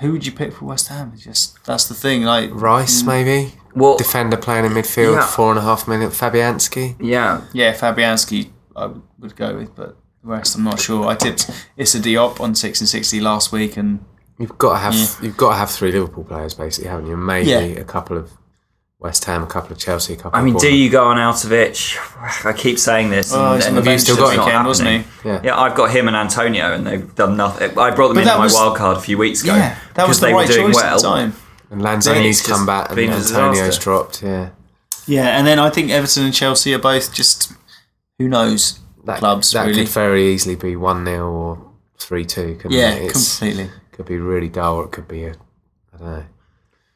Speaker 1: Who would you pick for West Ham? It's just that's the thing. Like
Speaker 2: Rice, maybe.
Speaker 3: Mm. Well,
Speaker 2: Defender playing in midfield,
Speaker 3: Yeah.
Speaker 2: four and a half minute. Fabianski.
Speaker 3: yeah,
Speaker 1: yeah, Fabianski I would- would go with, but the rest I'm not sure. I tipped Issa Diop on six and sixty last week, and
Speaker 2: You've got to have you've got to have three Liverpool players basically, haven't you? Maybe
Speaker 1: Yeah.
Speaker 2: a couple of West Ham, a couple of Chelsea, a couple.
Speaker 3: I mean,
Speaker 2: of
Speaker 3: do
Speaker 2: Bournemouth.
Speaker 3: you go on Altovich? I keep saying this.
Speaker 1: Oh, he's on the
Speaker 3: it's
Speaker 1: bench
Speaker 3: still
Speaker 1: this
Speaker 3: got- not
Speaker 1: weekend, wasn't
Speaker 3: happening.
Speaker 2: he? Yeah.
Speaker 3: Yeah, I've got him and Antonio, and they've done nothing. I brought them
Speaker 1: But
Speaker 3: into
Speaker 1: that
Speaker 3: my
Speaker 1: was-
Speaker 3: wild card a few weeks ago.
Speaker 1: yeah, that
Speaker 3: because
Speaker 1: was the
Speaker 3: they
Speaker 1: right
Speaker 3: were doing
Speaker 1: choice
Speaker 3: well.
Speaker 1: at the time.
Speaker 2: And
Speaker 3: Then
Speaker 2: Lanzini's
Speaker 3: it's
Speaker 2: come
Speaker 3: just
Speaker 2: back, and
Speaker 3: been a
Speaker 2: Antonio's
Speaker 3: disaster.
Speaker 2: dropped. Yeah,
Speaker 1: Yeah, and then I think Everton and Chelsea are both just who knows
Speaker 2: that,
Speaker 1: clubs
Speaker 2: that
Speaker 1: really.
Speaker 2: could very easily be one 0 or three two. Couldn't
Speaker 1: yeah,
Speaker 2: it? It's-
Speaker 1: completely.
Speaker 2: Could be really dull. Or it could be a, I don't know.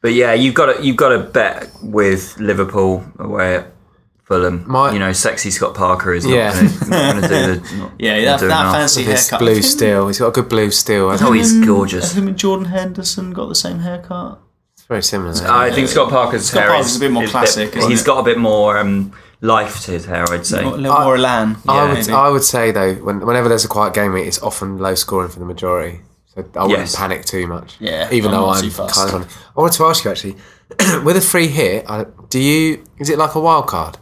Speaker 3: But yeah, you've got to, you've got to bet with Liverpool away at Fulham.
Speaker 2: My-
Speaker 3: you know, sexy Scott Parker is not
Speaker 2: Yeah.
Speaker 3: going to do the. Not,
Speaker 1: Yeah,
Speaker 3: not
Speaker 1: that,
Speaker 3: doing
Speaker 1: that
Speaker 3: enough.
Speaker 1: fancy
Speaker 2: This
Speaker 1: haircut.
Speaker 2: blue steel. He's got a good blue steel. hasn't
Speaker 3: Oh,
Speaker 2: he?
Speaker 3: he's gorgeous.
Speaker 1: Him and Jordan Henderson got the same haircut.
Speaker 2: It's very similar. isn't
Speaker 3: I
Speaker 2: it?
Speaker 3: think Scott Parker's
Speaker 1: Scott
Speaker 3: hair
Speaker 1: Parker's
Speaker 3: is
Speaker 1: a bit more
Speaker 3: is
Speaker 1: classic,
Speaker 3: Bit,
Speaker 1: isn't
Speaker 3: he's
Speaker 1: it?
Speaker 3: got a bit more um, life to his hair, I'd say.
Speaker 1: A little more Elan.
Speaker 2: I
Speaker 3: maybe.
Speaker 2: would. I would say though, when, whenever there's a quiet game, week, it's often low scoring for the majority. So I wouldn't
Speaker 3: Yes.
Speaker 2: panic too much.
Speaker 1: Yeah,
Speaker 2: Even
Speaker 1: I'm
Speaker 2: though
Speaker 1: not
Speaker 2: I'm
Speaker 1: too fussed.
Speaker 2: kind of. On, I wanted to ask you actually, with a free hit, I, do you? Is it like a wild card,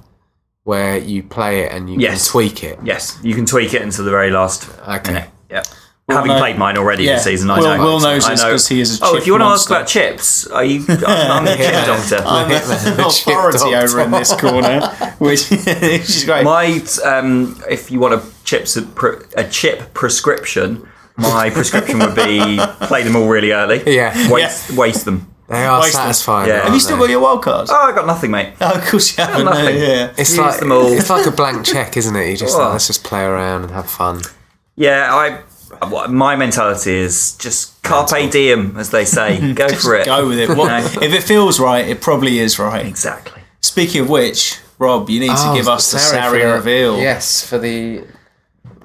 Speaker 2: where you play it and you
Speaker 3: Yes.
Speaker 2: can tweak it?
Speaker 3: Yes, you can tweak it until the very last.
Speaker 2: Okay.
Speaker 3: minute. Yeah. Having
Speaker 1: no-
Speaker 3: played mine already
Speaker 1: yeah.
Speaker 3: this season, I
Speaker 1: Will-
Speaker 3: don't.
Speaker 1: Will knows
Speaker 3: I
Speaker 1: this
Speaker 3: know-
Speaker 1: 'cause he is a
Speaker 3: Oh,
Speaker 1: chip
Speaker 3: if you want to ask
Speaker 1: monster.
Speaker 3: about chips, are you? I'm, I'm the chip doctor.
Speaker 1: I'm an authority
Speaker 2: doctor.
Speaker 1: over in this corner, which is great.
Speaker 3: my um, if you want a chips a chip prescription, my prescription would be play them all really early.
Speaker 2: Yeah.
Speaker 3: waste waste them.
Speaker 2: They are
Speaker 1: Waste them.
Speaker 2: satisfying.
Speaker 3: Yeah.
Speaker 2: aren't
Speaker 1: Have you still
Speaker 2: they?
Speaker 1: got your wild cards?
Speaker 3: Oh, I got nothing, mate.
Speaker 1: Oh, of course you haven't. No,
Speaker 3: nothing.
Speaker 1: yeah.
Speaker 2: It's
Speaker 3: Use
Speaker 2: like
Speaker 3: them all.
Speaker 2: it's like a blank check, isn't it? You just
Speaker 3: Oh.
Speaker 2: let's just play around and have fun.
Speaker 3: Yeah, I. what- My mentality is just carpe diem, as they say. Go for it.
Speaker 1: Go with it. What, if it feels right, it probably is right.
Speaker 3: Exactly.
Speaker 1: Speaking of which, Rob, you need to give us the Sarri
Speaker 2: Oh, for
Speaker 1: reveal.
Speaker 2: Yes, for the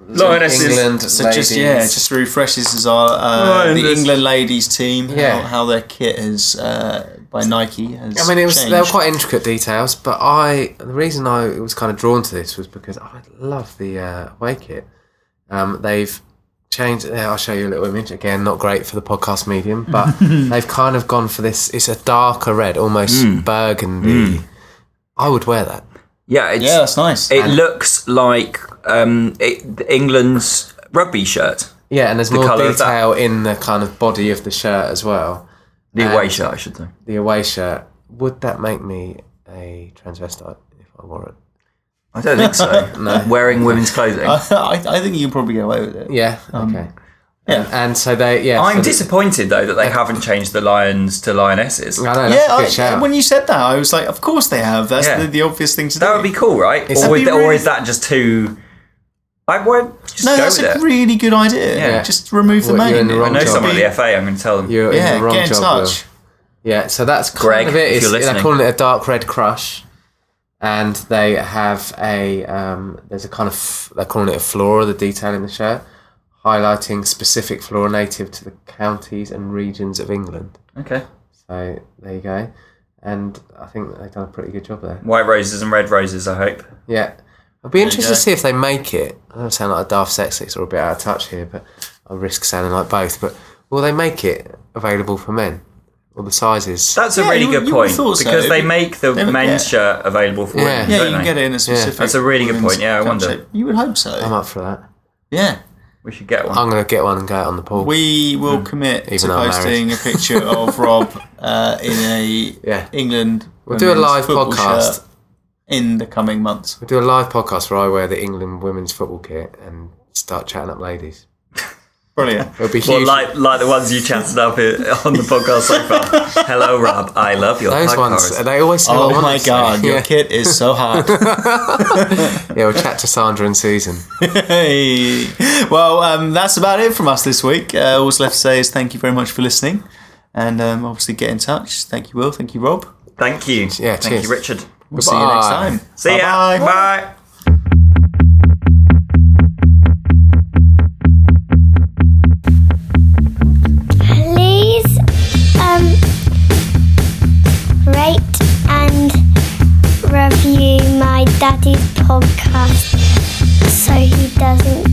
Speaker 3: Lionesses.
Speaker 2: England
Speaker 1: So just yeah,
Speaker 2: ladies.
Speaker 1: just refreshes is our uh,
Speaker 3: Lionesses.
Speaker 1: the England ladies team.
Speaker 2: Yeah.
Speaker 1: How, how their kit is uh, by Nike. Has
Speaker 2: I mean, it was they were
Speaker 1: changed.
Speaker 2: quite intricate details, but I the reason I was kind of drawn to this was because I love the uh, away kit. Um, they've changed. there, I'll show you a little image again. Not great for the podcast medium, but they've kind of gone for this. It's a darker red, almost
Speaker 3: Hmm.
Speaker 2: burgundy. I would wear that.
Speaker 3: Yeah, it's,
Speaker 1: Yeah, that's nice.
Speaker 3: it looks like um, it, England's rugby shirt,
Speaker 2: Yeah, and there's more
Speaker 3: colour of that.
Speaker 2: detail in the kind of body of the shirt as well.
Speaker 1: Uh,
Speaker 3: the away
Speaker 2: And-
Speaker 3: shirt, I should say.
Speaker 2: The away shirt. Would that make me a transvestite if I wore it?
Speaker 3: I don't think so. Wearing women's clothing.
Speaker 1: I, I think you can probably get away with it.
Speaker 2: Yeah.
Speaker 3: Um,
Speaker 2: Okay.
Speaker 1: yeah.
Speaker 2: And so they, yeah.
Speaker 3: I'm
Speaker 2: so-
Speaker 3: disappointed though that they haven't changed the lions to lionesses.
Speaker 2: I know, that's
Speaker 1: Yeah,
Speaker 2: a good
Speaker 1: I,
Speaker 2: shout.
Speaker 1: when you said that, I was like, "Of course they have. That's
Speaker 3: Yeah.
Speaker 1: the, the obvious thing to do."
Speaker 3: That would be cool, right? Or,
Speaker 1: That'd
Speaker 3: would-
Speaker 1: be
Speaker 3: or
Speaker 1: really-
Speaker 3: is that just too? I would just
Speaker 1: no,
Speaker 3: go
Speaker 1: that's
Speaker 3: with
Speaker 1: a
Speaker 3: it.
Speaker 1: really good idea.
Speaker 3: Yeah.
Speaker 1: Just remove the
Speaker 2: Well, you're
Speaker 1: main.
Speaker 2: in the
Speaker 3: I
Speaker 2: wrong
Speaker 3: know
Speaker 2: job.
Speaker 3: someone at the FA. I'm going to tell them.
Speaker 2: You're in
Speaker 1: yeah,
Speaker 2: the wrong
Speaker 1: get in
Speaker 2: job,
Speaker 1: touch.
Speaker 2: Will. Yeah, so that's kind
Speaker 3: Greg,
Speaker 2: of it.
Speaker 3: if
Speaker 2: It's,
Speaker 3: you're
Speaker 2: they're
Speaker 3: listening.
Speaker 2: calling it a dark red crush, and they have a um, there's a kind of f- they're calling it a flora, the detail in the shirt, highlighting specific flora native to the counties and regions of England.
Speaker 3: Okay.
Speaker 2: So there you go, and I think they've done a pretty good job there.
Speaker 3: White roses and red roses. I hope.
Speaker 2: Yeah, I'd be interested to
Speaker 1: go.
Speaker 2: see if they make it. I don't sound like a daft sexist or a bit out of touch here, but I risk sounding like both. But will they make it available for men? All the sizes.
Speaker 3: That's
Speaker 1: Yeah,
Speaker 3: a really
Speaker 1: you-
Speaker 3: good
Speaker 1: you would've
Speaker 3: point
Speaker 1: thought so.
Speaker 3: because they make the
Speaker 1: They-
Speaker 3: men's
Speaker 1: yeah.
Speaker 3: shirt available for
Speaker 2: Yeah.
Speaker 3: women.
Speaker 2: Yeah,
Speaker 1: Yeah,
Speaker 3: don't
Speaker 1: you can
Speaker 3: they?
Speaker 1: get it in a specific.
Speaker 3: That's a really good
Speaker 1: women's
Speaker 3: point, yeah, I wonder.
Speaker 1: shape. You would hope
Speaker 2: I'm
Speaker 1: so.
Speaker 2: up for that.
Speaker 1: Yeah.
Speaker 3: We should get one.
Speaker 2: I'm going to get one and go out on the pool.
Speaker 1: We will commit to
Speaker 2: Hmm. though I'm
Speaker 1: posting a picture of Rob uh, in a
Speaker 2: Yeah.
Speaker 1: England.
Speaker 2: We'll do a
Speaker 1: women's
Speaker 2: live
Speaker 1: football
Speaker 2: podcast.
Speaker 1: shirt in the coming months.
Speaker 2: We'll do a live podcast where I wear the England women's football kit and start chatting up ladies.
Speaker 1: Brilliant.
Speaker 2: It'll be
Speaker 3: Well,
Speaker 2: huge.
Speaker 3: like like the ones you chatted up here on the podcast so far. Hello, Rob. I love your
Speaker 2: Those
Speaker 3: podcast.
Speaker 2: ones, they always say what I
Speaker 1: Oh
Speaker 2: want
Speaker 1: my
Speaker 2: to say.
Speaker 1: god, your
Speaker 2: Yeah.
Speaker 1: kit is so hard.
Speaker 2: yeah, we'll chat to Sandra and Susan.
Speaker 1: hey. Well, um, that's about it from us this week. Uh, all that's left to say is thank you very much for listening. And um, obviously, get in touch. Thank you, Will. Thank you, Rob.
Speaker 3: Thank you.
Speaker 2: Yeah,
Speaker 3: Thank
Speaker 2: cheers.
Speaker 3: you, Richard.
Speaker 1: We'll see you next
Speaker 2: Bye.
Speaker 1: time.
Speaker 3: See ya.
Speaker 1: Bye-bye.
Speaker 3: Bye.
Speaker 11: please um, rate and review my daddy's podcast so he doesn't